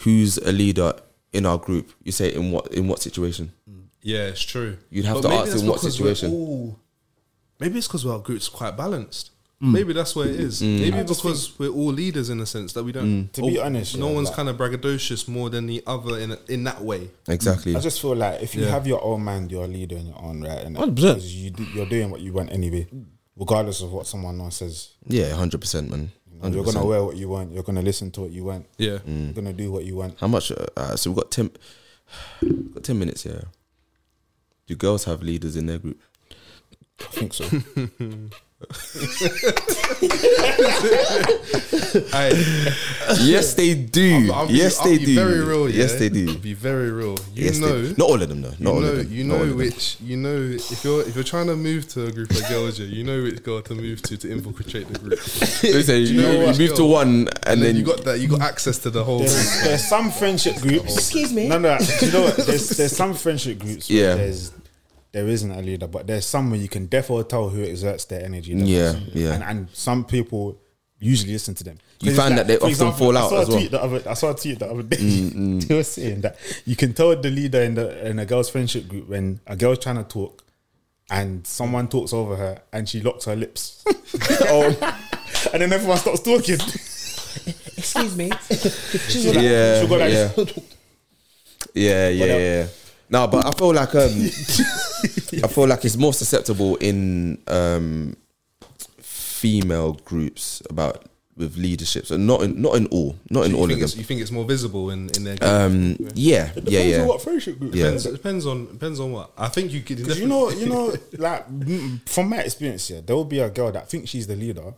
Speaker 2: who's a leader in our group, you say in what in what situation?
Speaker 4: Yeah, it's true.
Speaker 2: You'd have to
Speaker 4: maybe
Speaker 2: ask
Speaker 4: that's
Speaker 2: in what
Speaker 4: because we're
Speaker 2: situation.
Speaker 4: all- maybe it's because our group's quite balanced.
Speaker 2: Mm.
Speaker 4: Maybe that's where it is. Maybe because we're all leaders in a sense that we don't.
Speaker 2: Mm.
Speaker 5: To be honest,
Speaker 4: Oh, no
Speaker 5: yeah,
Speaker 4: one's
Speaker 5: like-
Speaker 4: kind of braggadocious more than the other in in that way.
Speaker 2: Exactly.
Speaker 5: I just feel like if you
Speaker 4: Yeah.
Speaker 5: have your own mind, you're a leader in your own right, and
Speaker 6: 100%.
Speaker 5: you do, you're doing what you want anyway, regardless of what someone else says.
Speaker 2: yeah, hundred percent, Mm. man.
Speaker 5: you are
Speaker 2: 100%.
Speaker 5: gonna wear what you want. You're gonna listen to what you want.
Speaker 4: Yeah.
Speaker 5: You're gonna do what you want.
Speaker 2: How much? Uh, uh, so we've got ten. we've got ten minutes here. Do girls have leaders in their group?
Speaker 5: I think so.
Speaker 4: I,
Speaker 2: yes, they do.
Speaker 4: I'll be-
Speaker 2: yes,
Speaker 4: I'll
Speaker 2: they
Speaker 4: be
Speaker 2: do.
Speaker 4: Very real. Yeah?
Speaker 2: Yes, they
Speaker 4: I'll
Speaker 2: do.
Speaker 4: be very real. You
Speaker 2: Yes,
Speaker 4: know.
Speaker 2: they, not all of them though. Not all
Speaker 4: you know,
Speaker 2: of them.
Speaker 4: you
Speaker 2: Not all
Speaker 4: know
Speaker 2: of them.
Speaker 4: which you know if you're if you're trying to move to a group of girls, yeah, you know which girl to move to to infiltrate the group.
Speaker 2: Listen,
Speaker 4: you
Speaker 2: you,
Speaker 4: know
Speaker 2: you
Speaker 4: what?
Speaker 2: move to one, and,
Speaker 4: And
Speaker 2: then
Speaker 4: then you got that you got access to the whole.
Speaker 5: There's, there's some friendship groups. Excuse me. No, no. do You know what? There's there's some friendship groups. Where
Speaker 2: Yeah.
Speaker 5: There's there isn't a leader, but there's some where you can definitely tell who exerts their energy. the
Speaker 2: Yeah,
Speaker 5: most.
Speaker 2: yeah.
Speaker 5: And, and some people usually listen to them.
Speaker 2: You
Speaker 5: Because
Speaker 2: find that
Speaker 5: it's
Speaker 2: they
Speaker 5: for
Speaker 2: often fall
Speaker 5: I
Speaker 2: out
Speaker 5: saw
Speaker 2: as
Speaker 5: a
Speaker 2: well. Mm,
Speaker 5: tweet the other- I saw a tweet the other day. they were saying that you can tell the leader in the in a girl's friendship group when a girl's trying to talk. And someone talks over her, and she locks her lips. and then everyone stops talking.
Speaker 6: excuse me.
Speaker 2: yeah,
Speaker 5: She'll go like
Speaker 2: yeah, yeah, yeah,
Speaker 5: But, uh,
Speaker 2: yeah. No, but I feel like um, I feel like it's more susceptible in um, female groups about with leadership. So not in not in all, not in
Speaker 4: you,
Speaker 2: all of
Speaker 4: think
Speaker 2: them.
Speaker 4: it's, you think it's more visible in in their. group?
Speaker 2: Um, yeah, yeah,
Speaker 5: Depends
Speaker 2: yeah.
Speaker 5: on what friendship group.
Speaker 2: Yeah.
Speaker 4: Depends, depends on depends on what. I think you could
Speaker 5: Because you know, you know, like mm, from my experience, yeah, there will be a girl that thinks she's the leader,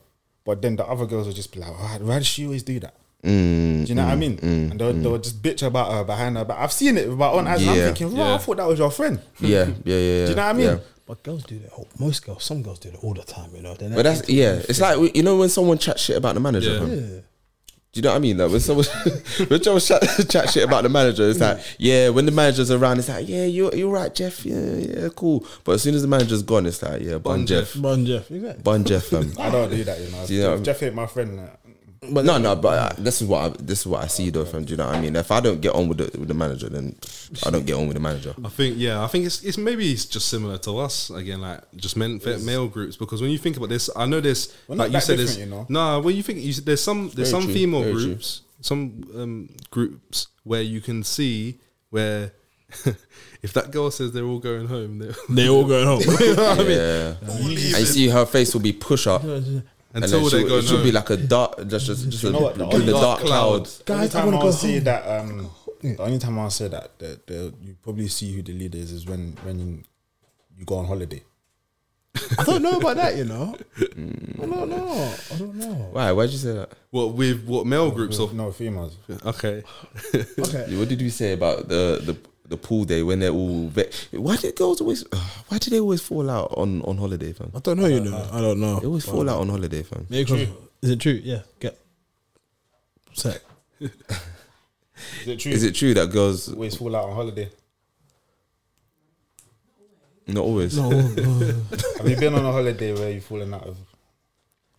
Speaker 5: but then the other girls will just be like, why, why does she always do that?
Speaker 2: Mm,
Speaker 5: do you know what I mean? and they'll, they'll just bitch about her behind her. But I've seen it with my own eyes. and
Speaker 2: Yeah.
Speaker 5: I'm thinking, wow,
Speaker 4: Yeah.
Speaker 5: I thought that was your friend.
Speaker 2: yeah, yeah, yeah, yeah.
Speaker 5: Do you know what I mean?
Speaker 2: yeah.
Speaker 6: But girls do that. Oh, most girls, some girls do that all the time. You know. They're not
Speaker 2: But that's
Speaker 6: into
Speaker 2: yeah.
Speaker 6: anything.
Speaker 2: It's like you know when someone chats shit about the manager.
Speaker 4: Yeah.
Speaker 2: fam?
Speaker 4: Yeah.
Speaker 6: Yeah.
Speaker 2: Do you know what I mean? Like when someone when someone chat, chat shit about the manager, it's like yeah. When the manager's around, it's like yeah, you're you're right, Jeff. Yeah, yeah, cool. But as soon as the manager's gone, it's like yeah, bun
Speaker 4: Bun
Speaker 2: Jeff,
Speaker 6: Bun Jeff, exactly.
Speaker 2: bun Jeff. fam.
Speaker 5: I don't do that, you know.
Speaker 2: Do you know what I mean?
Speaker 5: Jeff ain't my friend. like,
Speaker 2: But no, no. But uh, this is what I, this is what I see though, fam. Do you know what I mean? If I don't get on with the, with the manager, then I don't get on with the manager.
Speaker 4: I think yeah, I think it's it's maybe it's just similar to us again, like just men fe- male groups. Because when you think about this, I know there's
Speaker 5: We're not
Speaker 4: like you
Speaker 5: that
Speaker 4: said, there's
Speaker 5: different, you know.
Speaker 4: nah. When you think you, s- there's some there's
Speaker 2: Very
Speaker 4: some
Speaker 2: true,
Speaker 4: female
Speaker 2: very true.
Speaker 4: groups, some um, groups where you can see where if that girl says they're all going home, they're
Speaker 6: They all going home.
Speaker 2: Yeah. And you see her face will be push up. And then
Speaker 4: Until they're
Speaker 2: she'll-
Speaker 4: going
Speaker 2: it should be
Speaker 4: home.
Speaker 2: like a dark, just, just, just a,
Speaker 5: know what? The
Speaker 2: the,
Speaker 5: only
Speaker 2: dark cloud.
Speaker 6: Guys,
Speaker 4: cloud.
Speaker 5: the
Speaker 6: I
Speaker 5: only time
Speaker 6: wanna
Speaker 5: I'll
Speaker 6: go
Speaker 5: say
Speaker 6: home.
Speaker 5: that, um, the only time I'll say that, that, that you probably see who the leader is, is when when you go on holiday.
Speaker 6: I don't know about that. You know. I don't know. I don't know.
Speaker 2: Why? Why'd you say that?
Speaker 4: what with what
Speaker 2: Oh,
Speaker 4: male groups or
Speaker 5: No females.
Speaker 4: okay.
Speaker 6: Okay.
Speaker 2: What did we say about the the, the pool day when they're all? Ve- why did girls always? uh, Why do they always fall out on on holiday, fam?
Speaker 6: I don't know. You know. I don't
Speaker 2: They
Speaker 6: know.
Speaker 2: always fall out on holiday, fam.
Speaker 6: Maybe 'cause- Is it Uh, true? Yeah. Get. Set.
Speaker 5: Is it true?
Speaker 2: Is it true that girls
Speaker 5: always fall out on holiday?
Speaker 2: not always?
Speaker 6: No. no.
Speaker 5: Have you been on a holiday where you've fallen out of?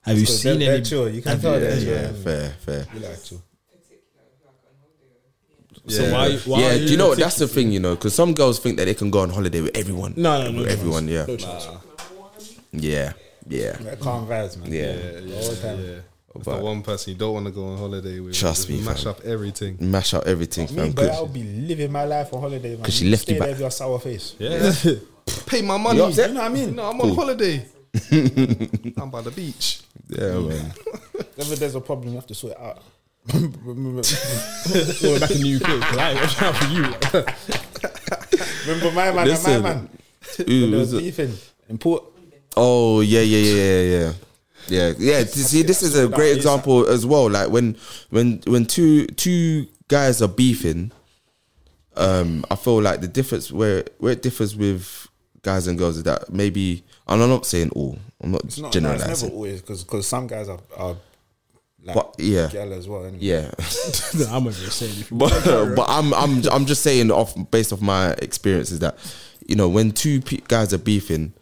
Speaker 6: Have you
Speaker 5: Because
Speaker 6: seen
Speaker 5: they're,
Speaker 6: any?
Speaker 5: they're chill. You can
Speaker 6: Have
Speaker 5: tell
Speaker 6: you-
Speaker 5: they're
Speaker 2: Yeah,
Speaker 5: chill.
Speaker 2: fair, fair.
Speaker 5: You like chill.
Speaker 6: So why? why
Speaker 2: yeah,
Speaker 6: are
Speaker 2: do you know what?
Speaker 6: taking-
Speaker 2: That's the thing, you know, because some girls think that they can go on holiday with everyone.
Speaker 6: No, no, no.
Speaker 2: with
Speaker 6: chance.
Speaker 2: everyone. Yeah,
Speaker 6: No chance.
Speaker 2: yeah, yeah,
Speaker 5: Like, Calm vibes, man.
Speaker 2: yeah.
Speaker 5: All the time.
Speaker 2: But
Speaker 4: But one person you don't want to go on holiday with.
Speaker 2: Trust
Speaker 4: Just
Speaker 2: me,
Speaker 4: mash
Speaker 2: fam.
Speaker 4: up everything.
Speaker 2: mash out everything,
Speaker 5: Me,
Speaker 2: fam.
Speaker 5: but I'll
Speaker 2: Good.
Speaker 5: be living my life on holiday, man.
Speaker 2: 'Cause she left
Speaker 5: stay
Speaker 2: you
Speaker 5: there
Speaker 2: back.
Speaker 5: with your sour face.
Speaker 4: Yeah. Pay my money.
Speaker 2: You
Speaker 4: You
Speaker 2: upset?
Speaker 4: know what I mean? No, I'm on holiday. I'm by the beach.
Speaker 2: Yeah, man.
Speaker 5: Whenever there's a problem, you have to sort it out.
Speaker 6: Well, back in the UK, like, what's that for you?
Speaker 5: Remember my man
Speaker 2: Listen.
Speaker 5: and my man.
Speaker 2: Ooh,
Speaker 5: There was
Speaker 2: is it-
Speaker 5: beefing in port.
Speaker 2: Oh yeah, yeah, yeah, yeah, yeah. Yeah, yeah. t- See, this is a great example as well. Like when, when, when two two guys are beefing, um, I feel like the difference where where it differs with guys and girls is that maybe, and I'm not saying all, I'm not
Speaker 5: It's not no, it's
Speaker 2: generalizing,
Speaker 5: never always because some guys are, are like
Speaker 2: but yeah,
Speaker 5: girl as well. Anyway.
Speaker 2: yeah.
Speaker 6: No, I'm not even saying it.
Speaker 2: but but I'm I'm I'm just saying off based off my experiences that you know when two pe- guys are beefing,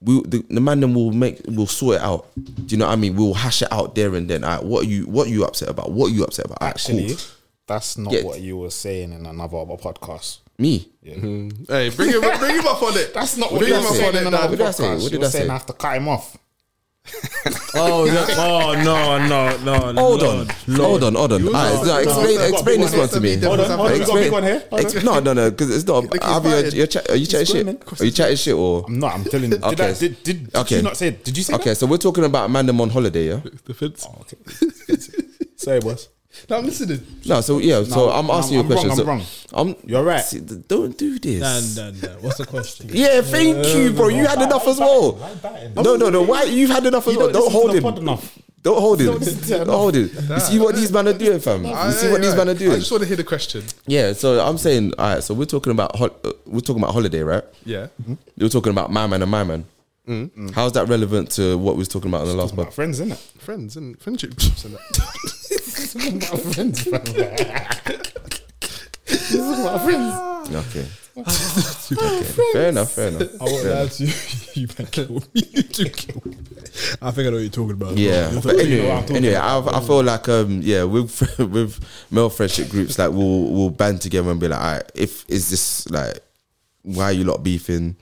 Speaker 2: we the, the man then will make will sort it out. Do you know what I mean? We'll hash it out there and then. Alright, what are you what are you upset about? What are you upset about? Alright, cool.
Speaker 5: Actually, that's not
Speaker 2: Yeah.
Speaker 5: what you were saying in another podcast.
Speaker 2: me.
Speaker 5: Yeah.
Speaker 4: Hey, bring him, bring him up on it.
Speaker 5: That's not
Speaker 2: What did
Speaker 5: what, you
Speaker 2: I
Speaker 5: were
Speaker 2: say?
Speaker 5: saying in
Speaker 2: No, no,
Speaker 5: another
Speaker 2: what did I say?
Speaker 5: podcast.
Speaker 2: What
Speaker 5: you
Speaker 2: did
Speaker 5: were
Speaker 2: I
Speaker 5: saying
Speaker 2: say?
Speaker 5: I have to cut him off.
Speaker 6: Oh, no, oh no, no, no.
Speaker 2: Hold on, hold on, hold on. Alright, no, explain explain this one to me.
Speaker 5: Hold on, hold on, you got a
Speaker 2: Explain-
Speaker 5: big one here? Hold
Speaker 2: ex- No, no, no, because it's not.
Speaker 4: Look, he's
Speaker 2: Have you,
Speaker 4: fired.
Speaker 2: you're chat, are you chatting shit?
Speaker 5: screaming.
Speaker 2: Are you chatting shit or?
Speaker 5: I'm not. I'm telling you. Did,
Speaker 2: Okay.
Speaker 5: I, did, did, did
Speaker 2: Okay.
Speaker 5: you not say? Did you say?
Speaker 2: Okay, so we're talking about Mandem on holiday, yeah?
Speaker 4: Defense.
Speaker 5: Oh, That? Sorry, boss.
Speaker 4: No, I'm listening.
Speaker 2: No, so yeah, so
Speaker 5: No,
Speaker 2: I'm
Speaker 5: no,
Speaker 2: asking you a
Speaker 5: I'm wrong,
Speaker 2: question.
Speaker 5: I'm
Speaker 2: so
Speaker 5: wrong.
Speaker 2: I'm-
Speaker 5: You're right.
Speaker 2: See, th- don't do this.
Speaker 6: No, no, no. What's the question?
Speaker 2: Yeah, thank you, bro. You had enough as well. No, no, no. Why you've had enough as well? Don't hold him. Don't hold him. Don't hold him. You see what these men are doing, fam. You see what these men are
Speaker 4: I
Speaker 2: doing.
Speaker 4: just want to hear the question.
Speaker 2: Yeah, so I'm saying, all right. So we're talking about hol- uh, we're talking about holiday, right?
Speaker 4: Yeah.
Speaker 2: You're talking about my man and my man. How's that relevant to what we was talking about in the last
Speaker 5: My
Speaker 2: month?
Speaker 5: friends, innit?
Speaker 4: Friends and friendship groups and that.
Speaker 5: My friends, fam. This is my friends.
Speaker 2: Okay. okay. Fair enough. Fair enough.
Speaker 6: I won't lie to you. You better kill me. You do kill me. I think I know what you're talking about.
Speaker 2: Yeah,
Speaker 6: You're
Speaker 2: but
Speaker 6: talking-
Speaker 2: anyway, anyway, I, I feel like um, yeah, with with male friendship groups, like we'll we'll band together and be like, all right, if is this like why you lot beefing?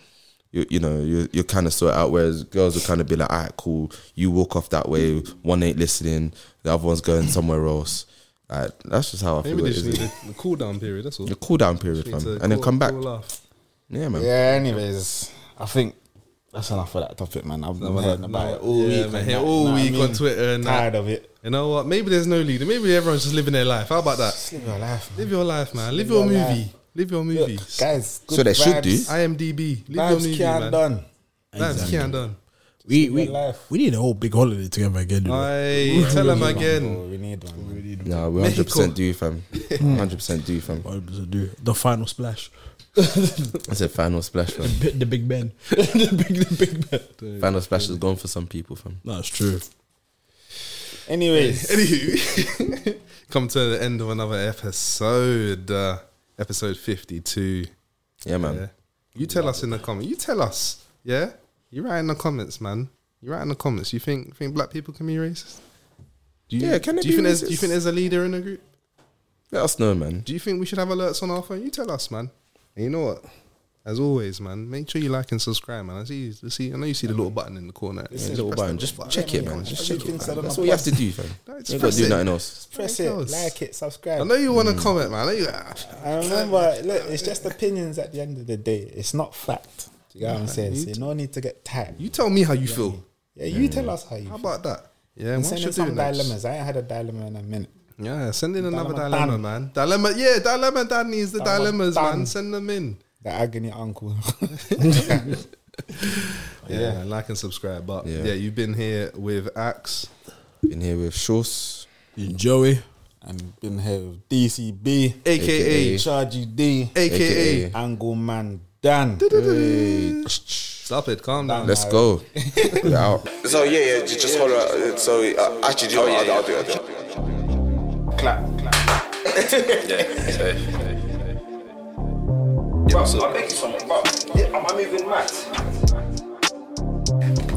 Speaker 2: You, you know, you you kind of sort it out. Whereas girls will kind of be like, all right, cool, you walk off that way. One ain't listening, the other one's going somewhere else. Like, that's just how I
Speaker 4: Maybe
Speaker 2: feel.
Speaker 4: they
Speaker 2: It
Speaker 4: just
Speaker 2: is
Speaker 4: need a, a cool down period. That's all.
Speaker 2: the cool down period,
Speaker 4: Need
Speaker 2: fam,
Speaker 4: to
Speaker 2: and then
Speaker 4: cool-
Speaker 2: come back.
Speaker 4: cool off.
Speaker 2: Yeah, man.
Speaker 5: Yeah. Anyways, I think that's enough for that topic, man. I've been hearing about it all
Speaker 4: Yeah,
Speaker 5: week.
Speaker 4: man,
Speaker 5: and
Speaker 4: here
Speaker 5: that,
Speaker 4: all
Speaker 5: know what I
Speaker 4: week on
Speaker 5: mean?
Speaker 4: Twitter and that.
Speaker 5: Tired of it.
Speaker 4: You know what? Maybe there's no leader. Maybe everyone's just living their life. How about that?
Speaker 5: Just live your life, man.
Speaker 4: Live your life, man.
Speaker 5: Live
Speaker 4: Live your
Speaker 5: your
Speaker 4: movie.
Speaker 5: life.
Speaker 4: Live your
Speaker 5: Look,
Speaker 4: movie.
Speaker 5: guys.
Speaker 2: So
Speaker 5: good
Speaker 2: they should do.
Speaker 5: vibes.
Speaker 4: IMDb. Live your
Speaker 5: Vibes
Speaker 4: movie,
Speaker 5: can't
Speaker 4: man.
Speaker 5: done.
Speaker 4: Vibes can't done.
Speaker 6: We,
Speaker 5: Live your
Speaker 6: we,
Speaker 5: life.
Speaker 6: we need a whole big holiday together again. you know.
Speaker 4: I tell them
Speaker 5: Oh,
Speaker 4: again.
Speaker 5: we need one. man.
Speaker 2: No, we hundred percent do, fam. Hundred percent do, fam.
Speaker 6: What does it do? The final splash.
Speaker 2: That's a final splash, fam.
Speaker 6: Bit The Big Ben. the, big, the Big Ben.
Speaker 2: Final splash is gone for some people, fam.
Speaker 6: That's true.
Speaker 5: Anyways,
Speaker 4: Anywho, come to the end of another episode. Uh, episode 52.
Speaker 2: Yeah, man.
Speaker 4: Yeah. You tell us in the comment. You tell us. Yeah? You write in the comments, man. You write in the comments. You think think black people can be racist? Do you,
Speaker 2: Yeah, can they
Speaker 4: do you
Speaker 2: be
Speaker 4: think there's- Do you
Speaker 2: racist?
Speaker 4: think there's a leader in the group?
Speaker 2: Let us know, man.
Speaker 4: Do you think we should have alerts on our phone? You tell us, man. And you know what? As always, man, make sure you like and subscribe, man. I see, you, I see. I know you see the little button in the corner.
Speaker 2: Yeah,
Speaker 4: Just
Speaker 2: little
Speaker 4: press that
Speaker 2: button. Just check it, man. Just check it.
Speaker 5: Everything said
Speaker 2: man.
Speaker 5: on
Speaker 2: That's
Speaker 5: the
Speaker 2: all you have to do, fam.
Speaker 4: No, it's
Speaker 2: You ain't got to do
Speaker 4: pressing.
Speaker 2: nothing else.
Speaker 5: press
Speaker 4: Anything
Speaker 5: it,
Speaker 4: else?
Speaker 5: like it,
Speaker 4: I
Speaker 5: subscribe.
Speaker 4: know you want to comment, man. I know you- ah,
Speaker 5: And remember, look, it's just opinions at the end of the day. It's not fact. Do you know what I'm saying? So no need to get tight.
Speaker 4: You tell me how you feel.
Speaker 5: yeah, you tell us how you
Speaker 4: How
Speaker 5: feel.
Speaker 4: about that? Yeah,
Speaker 5: And
Speaker 4: why
Speaker 5: send
Speaker 4: should
Speaker 5: in
Speaker 4: do
Speaker 5: some
Speaker 4: that?
Speaker 5: dilemmas. I ain't had a dilemma in a minute.
Speaker 4: Yeah, send in another
Speaker 5: Dilemma
Speaker 4: dilemma,
Speaker 5: done.
Speaker 4: man. Dilemma, yeah, dilemma. Dan needs the
Speaker 5: Dilemma
Speaker 4: dilemmas, man.
Speaker 5: done.
Speaker 4: Send them in.
Speaker 5: The agony uncle.
Speaker 4: Yeah, man, like and subscribe. But yeah.
Speaker 2: Yeah.
Speaker 4: you've been here with Axe.
Speaker 2: Been here with Shorts.
Speaker 6: Joey.
Speaker 5: and been here with DCB,
Speaker 4: AKA,
Speaker 5: Chargy D,
Speaker 4: AKA.
Speaker 2: AKA.
Speaker 5: Angle Man Dan.
Speaker 4: Stop it, calm down.
Speaker 2: Let's go. We're out. So yeah, yeah. Just holler. So uh, actually, do you know I'll do it.
Speaker 8: Bro, I beg you something, bro. Yeah, am I moving mad?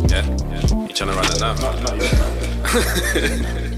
Speaker 8: Yeah? You trying to run it down? No, no,